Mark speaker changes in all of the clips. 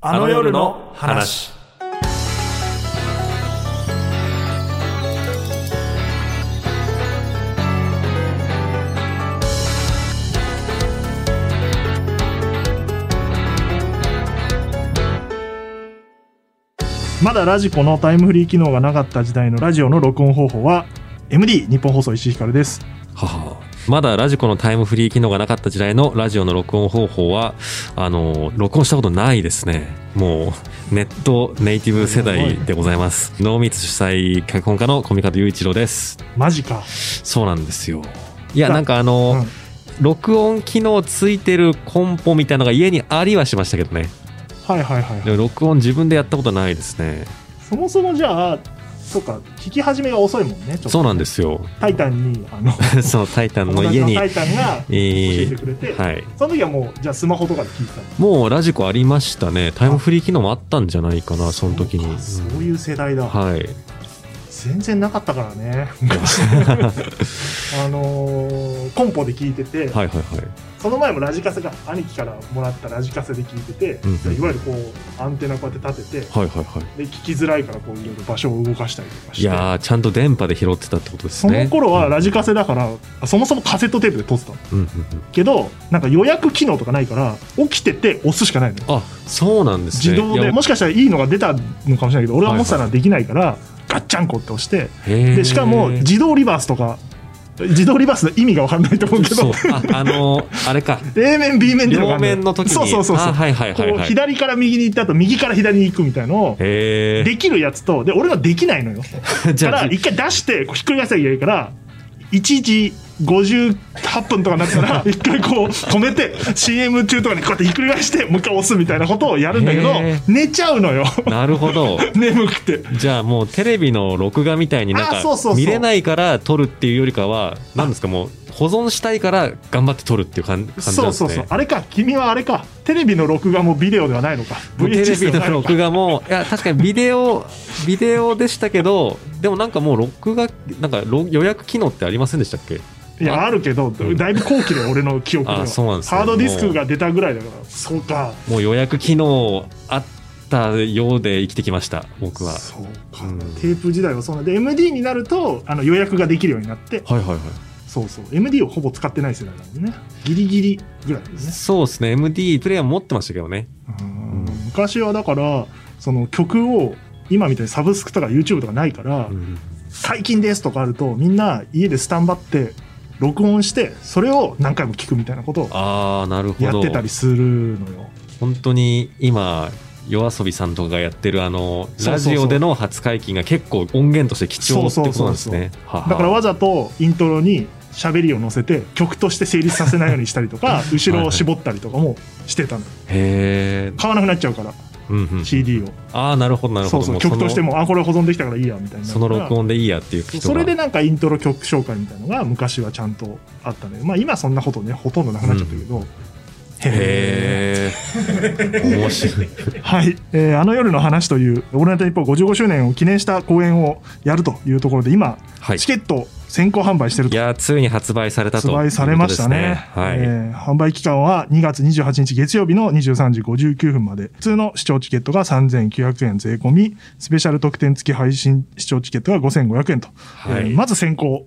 Speaker 1: あの夜の話。
Speaker 2: まだラジコのタイムフリー機能がなかった時代のラジオの録音方法は MD 日本放送石井ひかるです。
Speaker 3: ははまだラジコのタイムフリー機能がなかった時代のラジオの録音方法はあの録音したことないですねもうネットネイティブ世代でございます濃密主催脚本家の小見方雄一郎です
Speaker 2: マジか。
Speaker 3: そうなんですよいや
Speaker 2: さあ
Speaker 3: なんかあ
Speaker 2: う
Speaker 3: の、
Speaker 2: ん
Speaker 3: 録音機能ついてるコンポみたいなのが家にありはしましたけどね
Speaker 2: はいはいはい
Speaker 3: で
Speaker 2: はい。
Speaker 3: も録音自分でやったことないですね
Speaker 2: そもそもじゃあ、そうか、聞き始めが遅いもんね。ちょっと
Speaker 3: そうなんですよ
Speaker 2: タイタンに、あの、
Speaker 3: そのタイタンの
Speaker 2: 友達
Speaker 3: 家
Speaker 2: の
Speaker 3: に
Speaker 2: タイタンが教えてくれて、
Speaker 3: はい
Speaker 2: その時はもう、じゃあスマホとかで聞いてたの
Speaker 3: もうラジコありましたね。タイムフリー機能もあったんじゃないかな、その時に。
Speaker 2: そう
Speaker 3: うん
Speaker 2: かそういう世代だ。
Speaker 3: はい。
Speaker 2: 全然なかったから ね。あのーコンポで聞いてて、
Speaker 3: はいはいはい。
Speaker 2: その前もラジカセが兄貴からもらったラジカセで聞いてて、
Speaker 3: うんうん
Speaker 2: いわゆるこうアンテナこうやって立てて
Speaker 3: はいはいはい。
Speaker 2: で聞きづらいからこういろいろ場所を動かしたりとかして
Speaker 3: いやー、ちゃんと電波で拾ってたってことです
Speaker 2: そ
Speaker 3: ね。
Speaker 2: の頃はラジカセだから、あそもそもカセットテープで撮ってたの
Speaker 3: うんうんうん。
Speaker 2: けどなんか予約機能とかないから起きてて押すしかないの
Speaker 3: あ、そうなんですね。
Speaker 2: 自動
Speaker 3: い
Speaker 2: で
Speaker 3: や
Speaker 2: もしかしたらいいのが出たのかもしれないけど俺は持ってたらできないから、ガッチャンコって押して
Speaker 3: へー
Speaker 2: でしかも自動リバースとか自動リバースの意味が分かんないと思うけ
Speaker 3: そう
Speaker 2: ど、
Speaker 3: あ、あのー、あれか。
Speaker 2: A 面 B 面っていうのがあ
Speaker 3: 両
Speaker 2: んのよ
Speaker 3: 面の時に。
Speaker 2: そうそうそうそう
Speaker 3: あはいはいはい
Speaker 2: こう
Speaker 3: はい。
Speaker 2: 左から右に行った後右から左に行くみたいのを
Speaker 3: へ
Speaker 2: できるやつとで俺はできないのよ
Speaker 3: え。じ
Speaker 2: か
Speaker 3: ゃ
Speaker 2: ら
Speaker 3: あ、
Speaker 2: 一回出してこうひっくり返さなきゃいけないから1時58分とかになった ら一回こう止めて CM 中とかにこうやってひっくり返してもう一回押すみたいなことをやるんだけど
Speaker 3: へ
Speaker 2: 寝ちゃうのよ
Speaker 3: なるほど。
Speaker 2: 眠くて
Speaker 3: じゃあもうテレビの録画みたいになん
Speaker 2: あそうそうそ
Speaker 3: か
Speaker 2: う
Speaker 3: 見れないから撮るっていうよりかは何ですかもう保存したいから頑張って撮るっていう感感じなんですね
Speaker 2: そうそうそうあれか君はあれかテレビの録画もビデオではないのか
Speaker 3: テレ
Speaker 2: VHS で
Speaker 3: ビ
Speaker 2: はな
Speaker 3: の
Speaker 2: いのか
Speaker 3: 録画もいや確かにビデオビデオでしたけどでもなんかもう録画なんかろ予約機能ってありませんでしたっけ
Speaker 2: いやあるけど
Speaker 3: うん
Speaker 2: だいぶ後期で俺の記憶では
Speaker 3: あそうなんですね
Speaker 2: ハードディスクが出たぐらいだからそうか
Speaker 3: もう予約機能あったようで生きてきました僕は
Speaker 2: そうか、
Speaker 3: うん
Speaker 2: テープ時代はそうなんで MD になるとあの予約ができるようになって
Speaker 3: はいはいはい
Speaker 2: そうそう MD をほぼ使ってない世代なんでねギリギリぐらいですね
Speaker 3: そうですね MD プレイヤー持ってましたけどね
Speaker 2: うん昔はだからその曲を今みたいにサブスクとか YouTube とかないから、
Speaker 3: うん
Speaker 2: 最近ですとかあるとみんな家でスタンバって録音してそれを何回も聞くみたいなことを
Speaker 3: ああなるほど
Speaker 2: やってたりするのよ
Speaker 3: 本当に今夜遊びさんとかがやってるあの
Speaker 2: そうそう
Speaker 3: ラ
Speaker 2: そう
Speaker 3: ジオでの初解禁が結構音源として貴重ってことなんですねはは
Speaker 2: だからわざとイントロに喋りを乗せて曲として成立させないようにしたりと か後ろを絞ったりとかもしてたの
Speaker 3: へえ、
Speaker 2: 買わなくなっちゃうから
Speaker 3: うんうん、
Speaker 2: CD を
Speaker 3: ああなるほどなる
Speaker 2: そ
Speaker 3: ほ
Speaker 2: う
Speaker 3: ど
Speaker 2: そう
Speaker 3: もう
Speaker 2: 曲と
Speaker 3: の
Speaker 2: してもあこれ保存できたからいいやみたいな
Speaker 3: その録音でいいやっていう人が
Speaker 2: それでなんかイントロ曲紹介みたいなのが昔はちゃんとあったのよまあ今そんなことねほとんどなくなっちゃったけど、へ
Speaker 3: へえ面白い
Speaker 2: えはい、えーあの夜の話という「オールナイトニッポン」55周年を記念した公演をやるというところで今、
Speaker 3: はい
Speaker 2: チケット先行販売してる
Speaker 3: い
Speaker 2: と
Speaker 3: やーついに発売されたと
Speaker 2: 発売されました
Speaker 3: いう
Speaker 2: ね
Speaker 3: こ。とです
Speaker 2: え
Speaker 3: ねはい、
Speaker 2: ー販売期間は2月28日月曜日の23時59分まで。普通の視聴チケットが3900円税込み、スペシャル特典付き配信視聴チケットが5500円と。
Speaker 3: は
Speaker 2: え
Speaker 3: い
Speaker 2: ーまず先行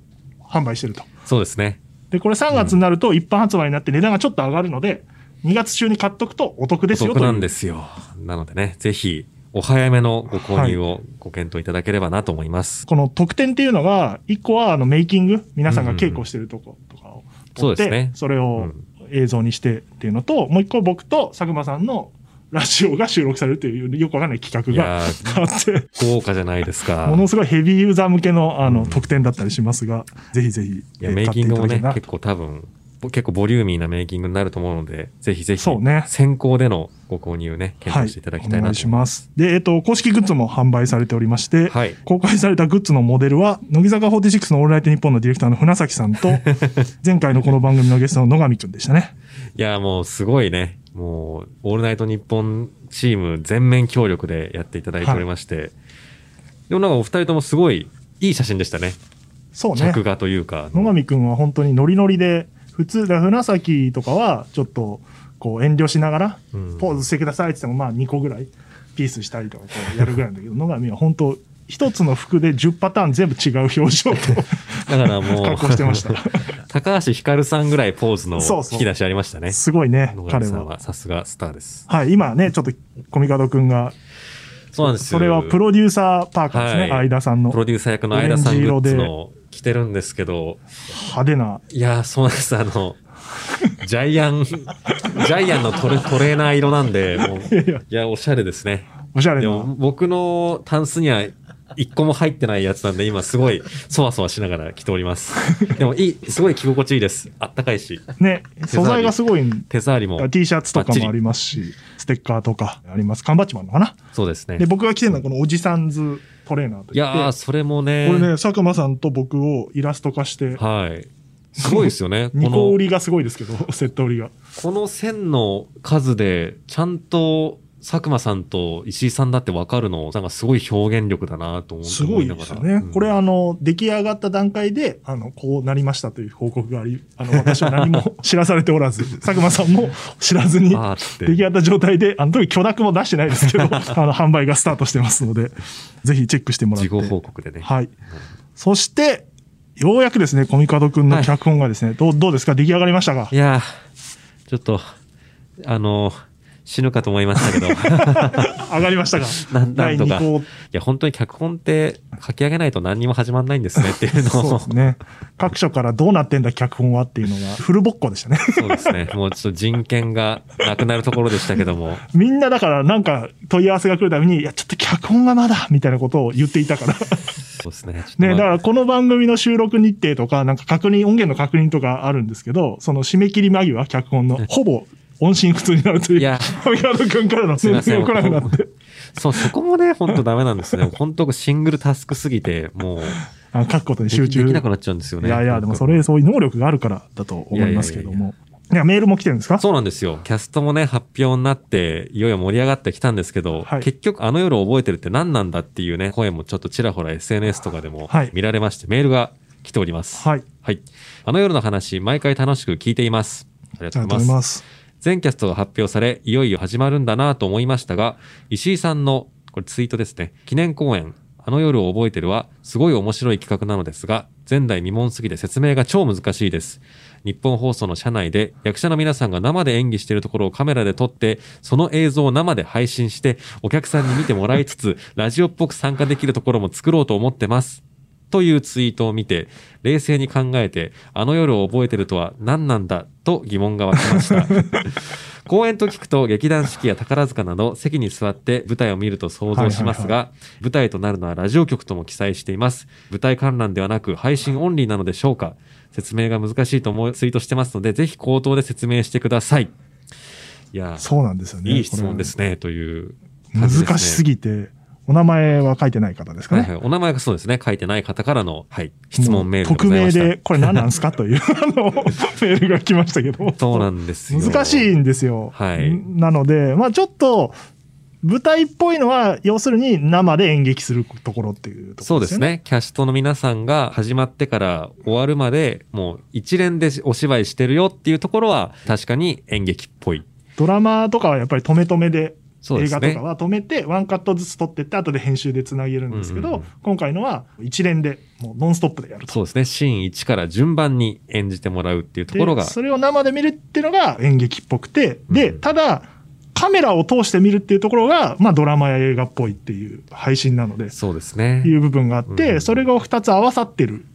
Speaker 2: 販売してると。
Speaker 3: そうですね
Speaker 2: で、これ3月になると一般発売になって値段がちょっと上がるので、2月中に買っとくとお得で
Speaker 3: お
Speaker 2: すよ
Speaker 3: 得
Speaker 2: という。
Speaker 3: なんですよなのでねぜひお早めのご購入をご検討いただければなと思います、
Speaker 2: この特典っていうのが、1個はあのメイキング、皆さんが稽古してるとことかを
Speaker 3: うんうん
Speaker 2: 撮
Speaker 3: う
Speaker 2: っ
Speaker 3: んそうです
Speaker 2: て
Speaker 3: ね、
Speaker 2: それ
Speaker 3: う
Speaker 2: を
Speaker 3: ん
Speaker 2: 映像にしてっていうのと、もう1個僕と佐久間さんのラジオが収録されるというよくわかんない企
Speaker 3: い
Speaker 2: 画が
Speaker 3: やー
Speaker 2: あって、
Speaker 3: 豪華じゃないで すか
Speaker 2: ものすごいヘビーユーザー向けのあ
Speaker 3: う
Speaker 2: の
Speaker 3: ん
Speaker 2: 特典だったりしますが、ぜひぜひ
Speaker 3: い
Speaker 2: え
Speaker 3: や
Speaker 2: ー
Speaker 3: メイ
Speaker 2: 買って
Speaker 3: キ
Speaker 2: い
Speaker 3: ン
Speaker 2: た
Speaker 3: グも
Speaker 2: だけ
Speaker 3: ね
Speaker 2: ればな
Speaker 3: 結構多分ぼ結構ボリューミーなメイキングになると思うのでぜひぜひ
Speaker 2: そうね
Speaker 3: 先行でのご購入ね検討していただきたい
Speaker 2: はお願
Speaker 3: ないと
Speaker 2: します。で、えっと、公式グッズも販売されておりまして、
Speaker 3: はい
Speaker 2: 公開されたグッズのモデルは、乃木坂46のオールナイトニッポンのディレクターの船崎さん と、前回のこの番組のゲストの野上くんでしたね。
Speaker 3: いや、もうすごいね。もう、オールナイトニッポンチーム全面協力でやっていただいておりまして。でもなんかお二人ともすごいいい写真でしたね。
Speaker 2: そうね。
Speaker 3: 着画というか。
Speaker 2: 野上くんは本当にノリノリで、普通、だから船崎とかは、ちょっと、こう遠慮しながら、
Speaker 3: ん
Speaker 2: ポーズしてくださいって言っても、まあ2個ぐらいピースしたりとかこうやるぐらいなんだけど、野上は本当一つの服で10パターン全部違う表情 と
Speaker 3: だからもう、
Speaker 2: 格好してました
Speaker 3: 高橋ひかるさんぐらいポーズの
Speaker 2: そうそう
Speaker 3: 引き出しありましたね。
Speaker 2: すごいね
Speaker 3: 野、上
Speaker 2: 彼
Speaker 3: さ
Speaker 2: は。
Speaker 3: んはさすがスターです。
Speaker 2: はい、今ね、ちょっとコミカドくんが、
Speaker 3: そうなんですよ。
Speaker 2: それはプロデューサーパーカーですね、
Speaker 3: はい
Speaker 2: 相田さんの
Speaker 3: プロ
Speaker 2: 派
Speaker 3: デューサー役の相田さ
Speaker 2: オレン
Speaker 3: ん
Speaker 2: ジ
Speaker 3: グ
Speaker 2: 色
Speaker 3: ッ
Speaker 2: で
Speaker 3: ズの着てるんですけど、
Speaker 2: 手ない
Speaker 3: やー、そうなんです。あの、ジャイアン、ジャイアンのトレトレーナー色なんで、もう、いや、おしゃれですね。
Speaker 2: おしゃれ
Speaker 3: で
Speaker 2: な
Speaker 3: も、僕のタンスには一個も入ってないやつなんで、今すごい、そわそわしながら着ております。でも、いい、すごい着心地いいです。あったかいし、
Speaker 2: ね
Speaker 3: り
Speaker 2: 素材がすごいん
Speaker 3: 手触りも。
Speaker 2: T シャツとか
Speaker 3: バッチリ
Speaker 2: もありますしステッカーとかあります缶バッチマンのかな
Speaker 3: そうですね
Speaker 2: で。僕が着てるのはこのおじさんズトレーナーといって
Speaker 3: いやー、それもね、
Speaker 2: これね佐久間さんと僕をイラスト化して
Speaker 3: はい。すごいですよね。こ
Speaker 2: 2個
Speaker 3: の
Speaker 2: 売、りがすごいですけどセット売りが
Speaker 3: この線の数で、ちゃんと、佐久間さんと石井さんだって分かるの、なんかすごい表現力だなと思
Speaker 2: すごい
Speaker 3: な
Speaker 2: で
Speaker 3: が
Speaker 2: す
Speaker 3: ら
Speaker 2: よね、
Speaker 3: うん
Speaker 2: これあの出来上がった段階であのこうなりましたという報告がありあの私は何も知らされておらず 佐久間さんも知らずに
Speaker 3: あーつって
Speaker 2: 出来上がった状態であの時許諾も出してないですけ どあの販売がスタートしてますのでぜひチェックしてもらっ
Speaker 3: 事
Speaker 2: て
Speaker 3: 後報告でね。
Speaker 2: はい。そして、ようやくですね、コミカドくんの脚本がですね、どうどうですか出来上がりましたか
Speaker 3: いやー、ちょっと、あのー死ぬかと思いまし たけど、
Speaker 2: 上がりましたか
Speaker 3: なんなんとか。
Speaker 2: 第二
Speaker 3: い
Speaker 2: 項
Speaker 3: や、本当に脚本って書き上げないと何にも始まんないんですねって いうの
Speaker 2: そう
Speaker 3: を、
Speaker 2: ですね。各所からどうなってんだ脚本はっていうのが、フルボッコでしたね。
Speaker 3: そうですね。もうちょっと人権がなくなるところでしたけども、
Speaker 2: みんなだからなんか問い合わせが来るたびに、いや、ちょっと脚本がまだ、みたいなことを言っていたから。
Speaker 3: そうですね。ちょっとまあ
Speaker 2: ね、だからこの番組の収録日程とか、なんか確認、音源の確認とかあるんですけど、その締め切り間際、脚本の、ほぼ音信不通になるという、
Speaker 3: いや
Speaker 2: コミカドくんからの
Speaker 3: す
Speaker 2: 説
Speaker 3: いません
Speaker 2: 明が来なくなって。
Speaker 3: そう、そこもね、本当ダメなんですね。本当シングルタスクすぎて、もう、
Speaker 2: あ書くことに
Speaker 3: で
Speaker 2: 集
Speaker 3: きで
Speaker 2: 中。
Speaker 3: きなくなっちゃうんですよね。
Speaker 2: いやいや、でもそれ、そういう能力があるからだと思いますけど
Speaker 3: いやい
Speaker 2: も。いや、メールも来てるんですか
Speaker 3: そうなんですよ。キャストもね、発表になって、いよいよ盛り上がってきたんですけど、
Speaker 2: はい
Speaker 3: 結局あの夜覚えてるって何なんだっていうね、声もちょっとちらほら SNS とかでも
Speaker 2: はい
Speaker 3: 見られまして、メールが来ております。
Speaker 2: はい。
Speaker 3: はい。あの夜の話、毎回楽しく聞いています。ありが
Speaker 2: じ
Speaker 3: と
Speaker 2: ゃ
Speaker 3: う
Speaker 2: あ、
Speaker 3: ご
Speaker 2: とり
Speaker 3: ざいます。
Speaker 2: ます。
Speaker 3: 全キャストが発表され、いよいよ始まるんだなと思いましたが、石井さんの、これツイートですね、記念公演、あの夜を覚えてるは、すごい面白い企画なのですが、前代未聞すぎて説明が超難しいです。日本放送の社内で、役者の皆さんが生で演技しているところをカメラで撮って、その映像を生で配信して、お客さんに見てもらいつ つ、ラジオっぽく参加できるところも作ろうと思ってます。というツイートを見て、冷静に考えて、あの夜を覚えてるとは何なんだと疑問が湧きました。公演と聞くと劇団四季や宝塚など席に座って舞台を見ると想像しますが、舞台となるのはラジオ局とも記載しています。舞台観覧ではなく配信オンリーなのでしょうか説明が難しいと思いツイートしてますので、ぜひ口頭で説明してください。いやー、
Speaker 2: そうなんですよね。
Speaker 3: いい質問ですね、という
Speaker 2: こ
Speaker 3: 感じです
Speaker 2: れ。
Speaker 3: ね、
Speaker 2: 難しすぎて、お名前は書いてない方ですか
Speaker 3: はい
Speaker 2: ね。
Speaker 3: はい、お名前がそうですね、書いてない方からの、はい、質問メールでご
Speaker 2: 匿
Speaker 3: ざいま
Speaker 2: 名
Speaker 3: した。
Speaker 2: で、これ何なんですかという、あの、メールが来ましたけど。
Speaker 3: そうなんですよ。
Speaker 2: 難しいんですよ。
Speaker 3: はい
Speaker 2: なので、まあちょっと、舞台っぽいのは、要するに生で演劇するところっていうとこ
Speaker 3: そう
Speaker 2: ろ
Speaker 3: で
Speaker 2: ですよ
Speaker 3: す
Speaker 2: ね。
Speaker 3: ね。キャストの皆さんが始まってから終わるまで、もう一連でお芝居してるよっていうところは、確かに演劇っぽい。
Speaker 2: ドラマとかはやっぱり止め止めで
Speaker 3: そうで
Speaker 2: 映
Speaker 3: す
Speaker 2: 画と
Speaker 3: ね
Speaker 2: か。は止めて、ワンカットずつ撮ってって、後で編集でつなげるんですけど、
Speaker 3: うんうんうん
Speaker 2: 今回のは一連で、もうノンストップでやると。
Speaker 3: そうですね。シーン1から順番に演じてもらうっていうところが
Speaker 2: で、それを生で見るっていうのが演劇っぽくて、で、
Speaker 3: うん
Speaker 2: ただ、カメラを通して見るっていうところが、まあドラマや映画っぽいっていう配信なので、
Speaker 3: そうですね。
Speaker 2: いう部分があって、
Speaker 3: うん
Speaker 2: それが2つ合わさってる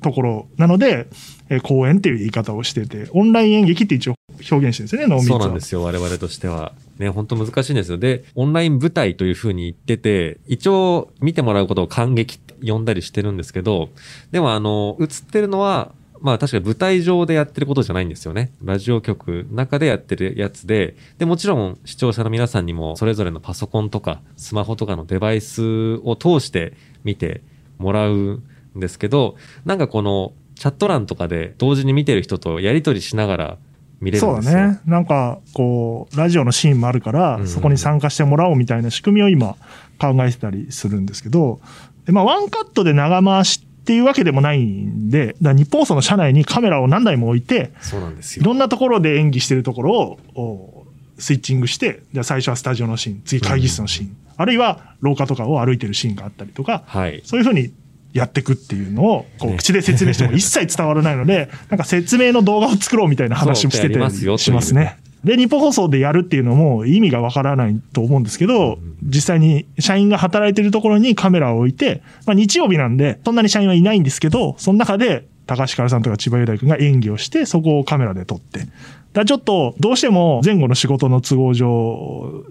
Speaker 2: ところなので、えー公演っていう言い方をしてて、オンライン演劇って一応表現してるんですよね、脳密
Speaker 3: そ
Speaker 2: は。
Speaker 3: うなんですよ、我々としては。ね、本当難しいんですよ。で、オンライン舞台というふうに言ってて、一応見てもらうことを感激って呼んだりしてるんですけど、でもあの、映ってるのは、まあ確かに舞台上でやってることじゃないんですよね。ラジオ局の中でやってるやつで、で、もちろん視聴者の皆さんにもそれぞれのパソコンとかスマホとかのデバイスを通して見てもらうんですけど、なんかこのチャット欄とかで同時に見てる人とやりとりしながら見れる
Speaker 2: そ
Speaker 3: ん
Speaker 2: う
Speaker 3: ですよ。
Speaker 2: だね。なんか、こう、ラジオのシーンもあるから、
Speaker 3: うん
Speaker 2: そこに参加してもらおうみたいな仕組みを今考えてたりするんですけど、でまあ、ワンカットで長回しっていうわけでもないんで、だから日本放送の社内にカメラを何台も置いて、
Speaker 3: そうなんです
Speaker 2: い
Speaker 3: よ。
Speaker 2: ろんなところで演技してるところをおスイッチングして、じゃあ最初はスタジオのシーン、次会議室のシーン、あるいは廊下とかを歩いてるシーンがあったりとか、
Speaker 3: はい。
Speaker 2: そういうふうにやっていくっていうのを、こう
Speaker 3: ね
Speaker 2: 口で説明しても一切伝わらないので、なんか説明の動画を作ろうみたいな話もして
Speaker 3: そうやり
Speaker 2: て
Speaker 3: ますよ
Speaker 2: しますね。で、日本放送でやるっていうのも意味がわからないと思うんですけど、実際に社員が働いてるところにカメラを置いて、まあ日曜日なんで、そんなに社員はいないんですけど、その中で高橋からさんとか千葉雄大君が演技をして、そこをカメラで撮って。だからちょっと、どうしても前後の仕事の都合上、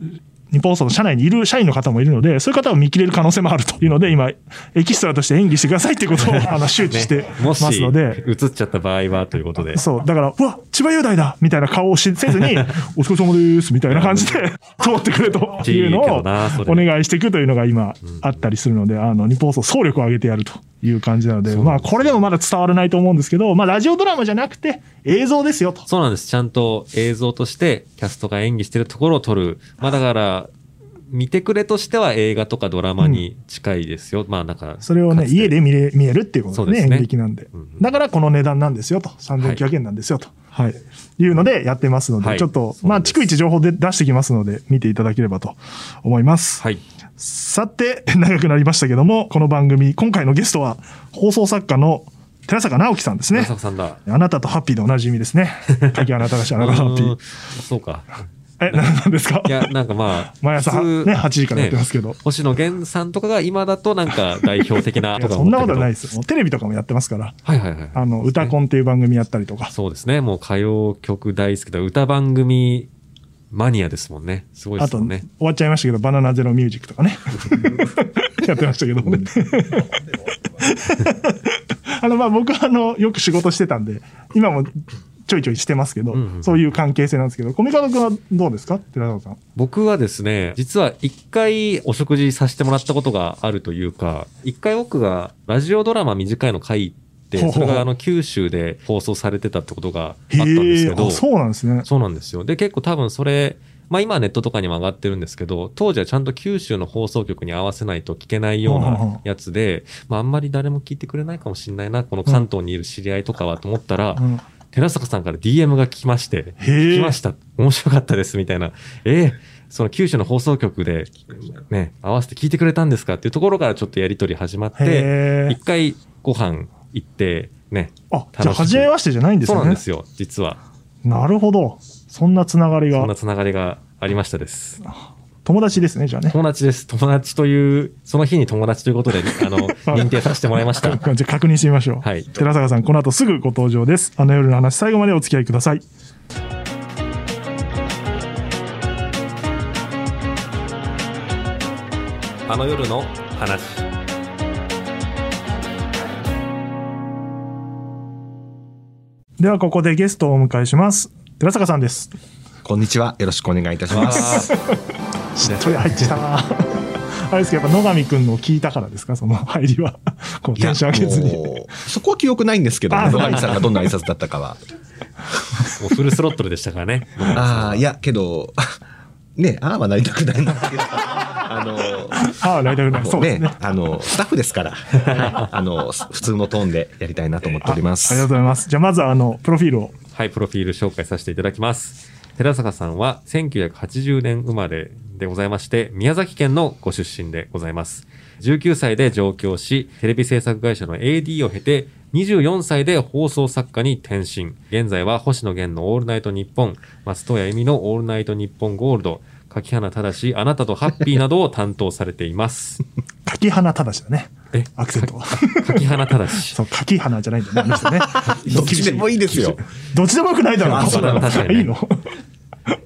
Speaker 2: 日本放送の社内にいる社員の方もいるので、そういう方を見切れる可能性もあるというので、今、エキストラとして演技してくださいっていう ことをあの周知して
Speaker 3: ね
Speaker 2: ま
Speaker 3: もし、
Speaker 2: すので、
Speaker 3: 映っちゃった場合はということで。
Speaker 2: そう、だから、うわ、千葉雄大だみたいな顔をしせず に、お疲れ様ですみたいな感じで通ってくれというの
Speaker 3: いいけ
Speaker 2: を
Speaker 3: どなそれ
Speaker 2: お願いしていくというのが今あったりするので、あの、日本放送総力を上げてやるという感じなので、
Speaker 3: そう
Speaker 2: ま
Speaker 3: な
Speaker 2: あ、
Speaker 3: んです
Speaker 2: これでもまだ伝わらないと思うんですけど、まあ、ラジオドラマじゃなくて映像ですよと。
Speaker 3: そうなんです。ちゃんと映像としてキャストが演技してるところを撮る。まあだから、見てくれとしては映画とかドラマに近いですよ。まあなんか。
Speaker 2: それを
Speaker 3: か
Speaker 2: ね、
Speaker 3: つて
Speaker 2: 家で見れ見えるっていうこと
Speaker 3: そうで
Speaker 2: ですね、
Speaker 3: ね
Speaker 2: 演劇なんで
Speaker 3: うんうん。
Speaker 2: だからこの値段なんですよと、3900円なんですよと。はい。いうのでやってますの
Speaker 3: は
Speaker 2: で、
Speaker 3: い
Speaker 2: ちょっと、
Speaker 3: そう
Speaker 2: ま
Speaker 3: な
Speaker 2: あ、
Speaker 3: んです
Speaker 2: 逐一情報で出してきますので、見ていただければと思います。
Speaker 3: はい。
Speaker 2: さて、 長くなりましたけども、この番組、今回のゲストは、放送作家の寺坂直樹さんです
Speaker 3: ま
Speaker 2: ね
Speaker 3: さ。こさ んだ。
Speaker 2: あなたとハッピーでおなじみです ね。鍵あなたがし、あなたとハッピ
Speaker 3: うー
Speaker 2: ー
Speaker 3: ん。そうか。
Speaker 2: え、なんですか。
Speaker 3: いや、なんかまあ
Speaker 2: 毎朝は
Speaker 3: 普通
Speaker 2: ね8時からやってますけど
Speaker 3: 星野源さんとかが今だとなんか代表的な
Speaker 2: いや そんなことないで。す。もうテレビとかもやってますから、
Speaker 3: はいはいはい。
Speaker 2: あの、歌コンっていう番組やったりとか、
Speaker 3: そうですね。もう歌謡曲大好きだ。歌番組マニアですもんね。すごいで
Speaker 2: あ
Speaker 3: す
Speaker 2: と、
Speaker 3: もん
Speaker 2: 終
Speaker 3: ね。
Speaker 2: わっちゃいましたけど、バナナゼロミュージックと かね。やってましたけどね。 あの、まあ、僕は、あの、よく仕事してたんで、今もちょいちょいしてますけど、
Speaker 3: んうん
Speaker 2: そういう関係性なんですけど、コミカド君はどうですか寺澤さん。
Speaker 3: 僕はですね、実は一回お食事させてもらったことがあるというか、一回僕がラジオドラマ短いの書い
Speaker 2: ほう
Speaker 3: て、
Speaker 2: ほ
Speaker 3: そう
Speaker 2: ほう
Speaker 3: れがあの九州で放送されてたってことがあったんです
Speaker 2: へえ、
Speaker 3: け
Speaker 2: あ
Speaker 3: ど、
Speaker 2: そうなんですね。
Speaker 3: そうなんですよ。で、結構多分それ、まあ今はネットとかにも上がってるんですけど、当時はちゃんと九州の放送局に合わせないと聞けないよう
Speaker 2: うんうんうん
Speaker 3: なやつで、まああんまり誰も聞いてくれないかもしれないな、この関東にいる知り合いとかはと思ったら、
Speaker 2: うん
Speaker 3: 寺坂さんから DM が来まして、
Speaker 2: へえ
Speaker 3: 聞きました。面白かったです、みたいな。えーその九州の放送局で、ね、合わせて聞いてくれたんですかっていうところからちょっとやりとり始まって、
Speaker 2: へえ
Speaker 3: 一。回ご飯行って、ね、
Speaker 2: あ、
Speaker 3: く
Speaker 2: じゃあ、初めましてじゃないんです
Speaker 3: そう
Speaker 2: よ
Speaker 3: なん
Speaker 2: ね
Speaker 3: で。すよ、実は。
Speaker 2: なるほど。そんなつながり
Speaker 3: そ
Speaker 2: が
Speaker 3: んな、つながりがありましたです。
Speaker 2: 友達ですね、じゃあね。
Speaker 3: 友達です。友達という、その日に友達ということで、あ の、認定させてもらいました。
Speaker 2: じゃあ確認してみましょう。
Speaker 3: はい
Speaker 2: 寺坂さん、この後すぐご登場です。あの夜の話、最後までお付き合いください。
Speaker 3: あの夜の話。
Speaker 2: では、ここでゲストをお迎えします。寺坂さんです。
Speaker 4: こんにちは。よろしくお願いいたします。
Speaker 2: しっとり入ってきたな。 あれですけど、やっぱ野上くんのを聞いたからですか、その入りは。こう、テンション上げず
Speaker 4: いや
Speaker 2: に。
Speaker 4: もうそこは記憶ないんですけど、
Speaker 2: あ
Speaker 4: 野上さんがどんな挨拶だったかは。
Speaker 3: もうフルスロットルでしたからね。
Speaker 4: ああ、いや、けど、 ね、ああはなりたくないんですけど、あの、
Speaker 2: ああ、ライダーない。そうですね。
Speaker 4: ね、あの、スタッフですから、あの、す普通のトーンでやりたいなと思っておりま
Speaker 2: あありがとうご
Speaker 4: す。
Speaker 2: ざいます。じゃあ、まずは、あの、プロフィールを。
Speaker 3: はい、プロフィール紹介させていただきます。寺坂さんは1980年生まれでございまして、宮崎県のご出身でございます。19歳で上京し、テレビ制作会社の AD を経て、24歳で放送作家に転身。現在は星野源のオールナイトニッポン、松任谷由実のオールナイトニッポンゴールド、柿花正、あなたとハッピーなどを担当されて います。
Speaker 2: 柿花ただしだね。
Speaker 3: え
Speaker 2: アクセントは。
Speaker 3: 柿花正。
Speaker 2: そう、柿花じゃないんだね、あの人ね。
Speaker 4: どっちでもいいですよ。
Speaker 2: どっちでもよくないだろ
Speaker 3: あそうだな確かにね
Speaker 2: いいの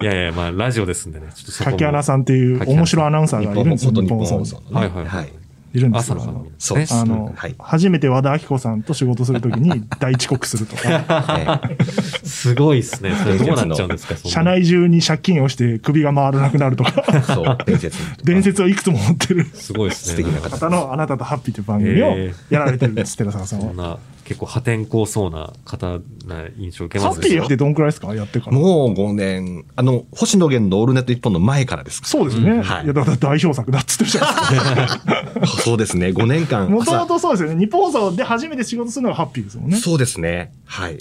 Speaker 3: いやいや、まあ、ラジオですんでね。ちょっとそこも
Speaker 2: 柿花さんっていう
Speaker 3: 柿
Speaker 2: 面
Speaker 3: 花
Speaker 2: 白いアナウンサー
Speaker 4: 日
Speaker 2: がい
Speaker 4: 本
Speaker 2: るんですよ、
Speaker 4: 元
Speaker 2: 日
Speaker 4: 日本
Speaker 2: 本
Speaker 4: 放
Speaker 2: 放
Speaker 4: 送
Speaker 2: 送
Speaker 4: のね。
Speaker 3: はいはいはい
Speaker 2: いるんです
Speaker 3: 朝
Speaker 2: よ
Speaker 3: の
Speaker 2: あ
Speaker 3: 番
Speaker 2: の
Speaker 3: 組です
Speaker 4: そう
Speaker 3: ね
Speaker 4: で。す
Speaker 2: あの、
Speaker 4: はい
Speaker 2: 初めて和田アキ子さんと仕事するとき に大遅刻するとか、
Speaker 4: え
Speaker 3: すごい ですね。それどうなっちゃうんですか、そんな
Speaker 2: 社内中に借金をして首が回らなくなると
Speaker 4: え
Speaker 2: か、
Speaker 4: そう、伝説の。
Speaker 2: 伝説をいくつも持ってる
Speaker 3: すごいです
Speaker 4: 素
Speaker 3: ね。
Speaker 4: 敵
Speaker 3: な
Speaker 4: な
Speaker 3: んか
Speaker 4: 方
Speaker 2: 方のあなたとハッピーという番組を
Speaker 3: へー
Speaker 2: やられてるんです、寺坂さん
Speaker 3: そん
Speaker 2: は。
Speaker 3: な結構破天荒そうな方な印象を受け
Speaker 2: ハ
Speaker 3: ます
Speaker 2: ッピーってどんくらいですかやってから。
Speaker 4: もう5年、あの、星野源のオールナイト一本の前からですか
Speaker 2: そうですね。
Speaker 3: うん
Speaker 4: はい
Speaker 2: いや、だから代表作だっつってるじゃないです か。
Speaker 4: そうですね、5年間。
Speaker 2: もとも
Speaker 4: 朝
Speaker 2: とそうですよね。日本放送で初めて仕事するのがハッピーですもんね。
Speaker 4: そうですね。はい。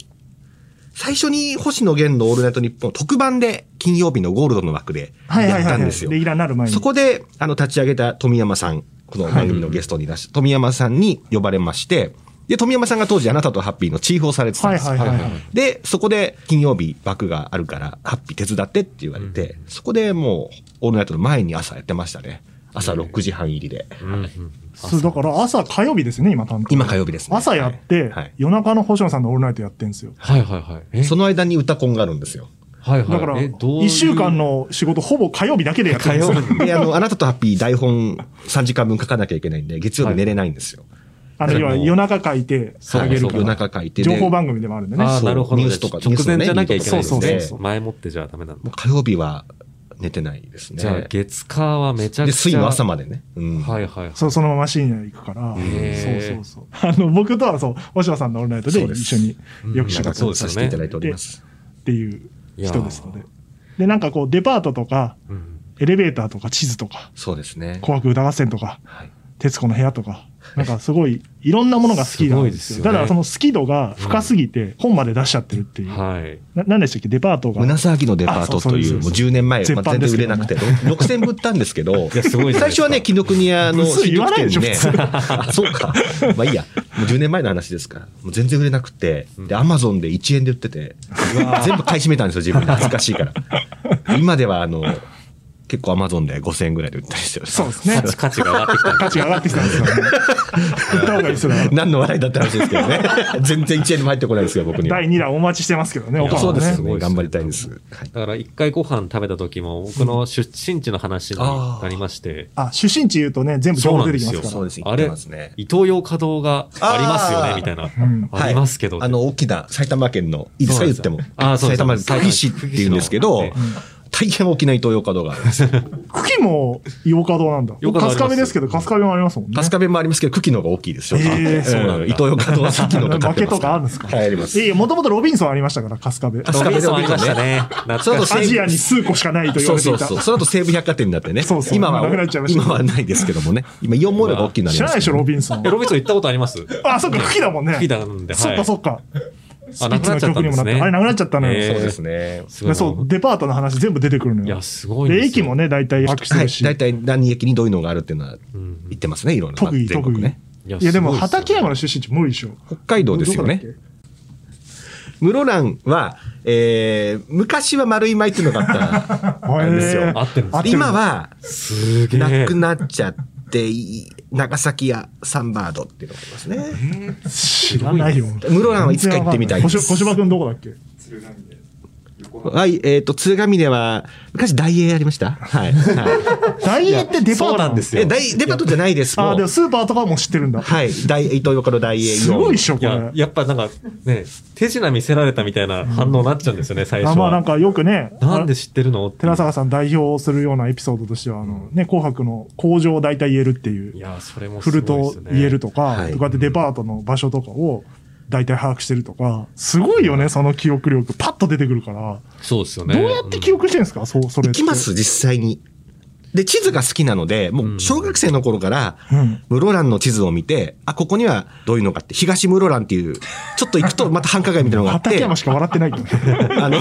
Speaker 4: 最初に星野源のオールナイト日本特番で金曜日のゴールドの枠で
Speaker 2: はい
Speaker 4: や
Speaker 2: はい
Speaker 4: っ
Speaker 2: はいは
Speaker 4: た
Speaker 2: い。
Speaker 4: んですよ
Speaker 2: レ。ギュラーになる前に。
Speaker 4: そこで、あの、立ち上げた富山さん、この番組のゲストにいらっしゃ、富山さんに呼ばれまして、で、富山さんが当時あなたとハッピーのチーフをされてたん
Speaker 2: はい
Speaker 4: ですよ
Speaker 2: はいはいはい。
Speaker 4: で、そこで金曜日枠があるから、ハッピー手伝ってって言われて、そこでもう、オールナイトの前に朝やってましたね。朝6時半入りで。
Speaker 3: うんうん
Speaker 2: そう、だから朝火曜日ですね、今担当。
Speaker 4: 今火曜日ですね。
Speaker 2: 朝やって、
Speaker 4: はい
Speaker 2: 夜中の星野さんのオールナイトやってんですよ。
Speaker 3: はいはいはい。え
Speaker 4: その間に歌コンがあるんですよ。
Speaker 3: はいはい。
Speaker 2: だから、
Speaker 3: えどういう
Speaker 2: 1週間の仕事ほぼ火曜日だけでやってるんですよ。
Speaker 4: で、あ の、あなたとハッピー台本3時間分書かなきゃいけないんで、月曜日寝れないんですよ。
Speaker 2: あの、
Speaker 3: だ
Speaker 2: 要
Speaker 3: から
Speaker 2: は
Speaker 3: もう
Speaker 2: 夜中書いて、
Speaker 3: そう
Speaker 2: あげる
Speaker 3: そう
Speaker 2: か
Speaker 4: 夜
Speaker 2: ら。
Speaker 4: 中書いて、
Speaker 2: 情
Speaker 4: で
Speaker 2: 報番組でもあるんでね。
Speaker 3: ああ、
Speaker 4: そう
Speaker 3: なるほど。
Speaker 4: ニュースとか
Speaker 3: じゃあ直前じゃなきゃいけないんです
Speaker 2: そうそうそう
Speaker 3: ね
Speaker 2: そ。う
Speaker 3: 前もってじゃあダメなんだ
Speaker 4: もう。火曜日は寝てないですね。
Speaker 3: じゃあ月火はめちゃく
Speaker 4: で、
Speaker 3: ちゃ。
Speaker 4: 水の朝までね。うん。
Speaker 3: はいはいはい。
Speaker 2: そう、そのまま深夜行くから。そう
Speaker 3: へー
Speaker 2: そうそう。あの、僕とはそう、星野さんのオールナイトで
Speaker 4: そうです
Speaker 2: 一緒によく仕
Speaker 4: 仕
Speaker 2: 事
Speaker 4: 事
Speaker 3: そ
Speaker 4: を
Speaker 3: うですよね
Speaker 4: させていただいております。
Speaker 2: っていう人ですの
Speaker 3: い
Speaker 2: で
Speaker 3: や。
Speaker 2: で、なんかこう、デパートとか、
Speaker 3: うん
Speaker 2: エレベーターとか、地図とか、
Speaker 4: そうですね。
Speaker 2: 紅白歌合戦とか、
Speaker 4: はい。
Speaker 2: 徹子の部屋とか、なんかすごい、いろんなものが好きなんですよ。
Speaker 3: すごいですよね
Speaker 2: ただ、その好き度が深すぎて、本まで出しちゃってるっていう。
Speaker 3: はい。
Speaker 2: な何でしたっけデパートが。
Speaker 4: 紫のデパート
Speaker 2: あ
Speaker 4: という、
Speaker 2: そう
Speaker 4: も
Speaker 2: うそうそう
Speaker 4: 10年前、
Speaker 2: 絶
Speaker 4: まあ
Speaker 2: 版
Speaker 4: 全
Speaker 2: で
Speaker 4: 然
Speaker 2: す
Speaker 4: 売
Speaker 2: け
Speaker 4: れ
Speaker 2: どね
Speaker 4: なくて、6000部売 ったんですけど、
Speaker 3: やすごいじゃないで
Speaker 4: 最
Speaker 3: すか
Speaker 4: 初はね、紀ノ国屋の
Speaker 2: 部数
Speaker 4: 新
Speaker 2: 言わ
Speaker 4: 宿
Speaker 2: ないでし
Speaker 4: 店
Speaker 2: ょ
Speaker 4: で、 あそうか。まあいいや。もう10年前の話ですから。もう全然売れなくて、で、アマゾンで1円で売ってて、全部買い占めたんですよ、自分で。恥ずかしいから。今では、あの、結構アマゾンで5000円ぐらいで売ったりしてる。
Speaker 2: そうですね
Speaker 3: 価。値価値が上がってきたんで
Speaker 2: 価値が上がってきたんですよね。言った方がいいですよ。だから
Speaker 4: 何の笑いだった話ですけどね。全然1円でも入ってこないですよ、僕には
Speaker 2: 第。2弾お待ちしてますけどね、
Speaker 3: い
Speaker 2: お
Speaker 3: や
Speaker 2: 母
Speaker 4: そう
Speaker 2: は
Speaker 4: です
Speaker 2: ね
Speaker 3: ね。
Speaker 4: ね。頑張りたいです。はい
Speaker 3: だから一回ご飯食べた時も僕の出身地の話になりまして、
Speaker 2: あ、出身地言うとね、全部情報出てきますか
Speaker 4: そ
Speaker 2: ら。
Speaker 4: うです。
Speaker 3: あれ
Speaker 4: 行ってますね。
Speaker 3: 伊東洋華堂がありますよね、みたいな。
Speaker 2: ん
Speaker 3: ありますけど。
Speaker 4: はいあの、大きな埼玉県の、いいですか
Speaker 3: そうで
Speaker 4: 言っ
Speaker 3: す
Speaker 4: ても。
Speaker 3: あそうで
Speaker 4: 埼
Speaker 3: す
Speaker 4: 玉県、
Speaker 3: 埼玉
Speaker 4: 久喜市って言うんですけど
Speaker 3: 久喜市、
Speaker 4: 大変大きなイトーヨーカドーがあるんですよ。
Speaker 2: 茎も洋華堂なんだ。
Speaker 3: 洋華堂あります
Speaker 2: 春日部ですけど、春日部もありますもんね。
Speaker 4: 春日部もありますけど、久喜の方が大きいですよ。
Speaker 2: えーそう
Speaker 3: なんだ
Speaker 4: イトーヨーカドーは久喜の方が買 っ
Speaker 2: 負け
Speaker 4: て
Speaker 2: と
Speaker 4: ます
Speaker 2: かあ
Speaker 4: ら
Speaker 2: るんですか
Speaker 4: はい、あります。
Speaker 2: いやもともとロビンソンありましたから、春日部。
Speaker 4: あ
Speaker 3: ロビンソンありましたね。懐
Speaker 4: そう
Speaker 3: かし
Speaker 4: そ
Speaker 2: アジアに数個しかないと言
Speaker 4: そ
Speaker 2: わ
Speaker 4: う
Speaker 2: れて
Speaker 4: そ
Speaker 2: いうた
Speaker 4: そ。う。その後西武百貨店になってね。
Speaker 2: そうそう
Speaker 4: 今は
Speaker 2: なくなっちゃいました
Speaker 4: 今はないですけどもね。今、イオンモールが大きいのあり
Speaker 2: 知ら
Speaker 4: ま
Speaker 2: ない
Speaker 4: す
Speaker 2: で
Speaker 4: け
Speaker 2: しょ、
Speaker 4: どね
Speaker 2: ロビンソン
Speaker 3: い。。ロビンソン行ったことあります。
Speaker 2: あ、そっか、茎だもんね。
Speaker 3: 吹きだんで、
Speaker 2: そっかそ
Speaker 3: は
Speaker 2: っか。
Speaker 3: あなくなっちゃったんで
Speaker 2: スピッツの曲にもな
Speaker 3: すね
Speaker 2: ってあれなくなっちゃったのよ。
Speaker 3: え
Speaker 4: そうですね。
Speaker 3: い。
Speaker 2: でそう、デパートの話全部出てくるの
Speaker 3: い
Speaker 2: よ
Speaker 3: や、。すごい
Speaker 2: で、
Speaker 3: ですよ
Speaker 2: 駅もね、大体把握して
Speaker 4: は
Speaker 2: る
Speaker 4: い。
Speaker 2: し。
Speaker 4: 大体何駅にどういうのがあるっていうのは
Speaker 3: うん
Speaker 4: 言ってますね、いろんな。
Speaker 2: 特技、
Speaker 4: 全
Speaker 2: 特
Speaker 4: 国
Speaker 2: 技
Speaker 4: ね。。
Speaker 3: いや
Speaker 2: いや、でも、
Speaker 3: すごいですよ
Speaker 2: 畠山の出身地無理でしょ。
Speaker 4: 北海道ですよね
Speaker 2: どこ。だっ
Speaker 4: 室蘭は、えー、昔は丸い舞っていうのがあった。
Speaker 2: け。あ
Speaker 4: んですよ
Speaker 3: 合ってるんです
Speaker 2: あ
Speaker 3: よ
Speaker 2: ってる
Speaker 4: 今は、
Speaker 3: すげえ。
Speaker 4: なくなっちゃって、い長崎屋サンバードっていうのがありますね。
Speaker 2: 知らないよ。
Speaker 4: 室蘭はいつか行ってみたいで
Speaker 2: 小
Speaker 4: す。
Speaker 2: 芝君どこだっけ
Speaker 4: はい、えっ、と、鶴ヶ峰は、昔大英ありましたはい。は
Speaker 2: 大英ってデパート
Speaker 3: そう
Speaker 2: な
Speaker 3: なんん
Speaker 2: で
Speaker 3: ですす
Speaker 4: い、
Speaker 3: よ
Speaker 4: え、大、デパートじゃないです。も
Speaker 2: あ、
Speaker 4: う
Speaker 2: でもスーパーとかも知ってるんだ。
Speaker 4: はい、大、伊東横の大英イオン
Speaker 2: すごいでしょ、
Speaker 3: い
Speaker 2: こ
Speaker 3: や
Speaker 2: れ、。
Speaker 3: やっぱなんかね、手品見せられたみたいな反応になっちゃうんですよね、最
Speaker 2: あ
Speaker 3: 初
Speaker 2: まあ
Speaker 3: は。
Speaker 2: なんかよくね、
Speaker 3: なんで知ってるのって。
Speaker 2: 寺坂さん代表するようなエピソードとしては、あの、ね、紅白の工場を大体言えるってい、
Speaker 3: いうや、それも
Speaker 2: 振
Speaker 3: すごい
Speaker 2: る
Speaker 3: です
Speaker 2: と
Speaker 3: よね。
Speaker 2: 言えるとか
Speaker 4: は、い
Speaker 2: とかってデパートの場所とかを大体把握してるとか、すごいよね、その記憶力。パッと出てくるから。
Speaker 3: そうですよね。
Speaker 2: どうやって記憶してるんですかそう、それ
Speaker 4: 行
Speaker 2: って。
Speaker 4: きます、実際に。で、地図が好きなので、もう小学生の頃から
Speaker 2: うん、
Speaker 4: 室蘭の地図を見て、あ、ここにはどういうのかって、東室蘭っていう、ちょっと行くとまた繁華街みたいなの があっ
Speaker 2: 畠
Speaker 4: て、
Speaker 2: 山しか笑ってないけど。
Speaker 4: あの、い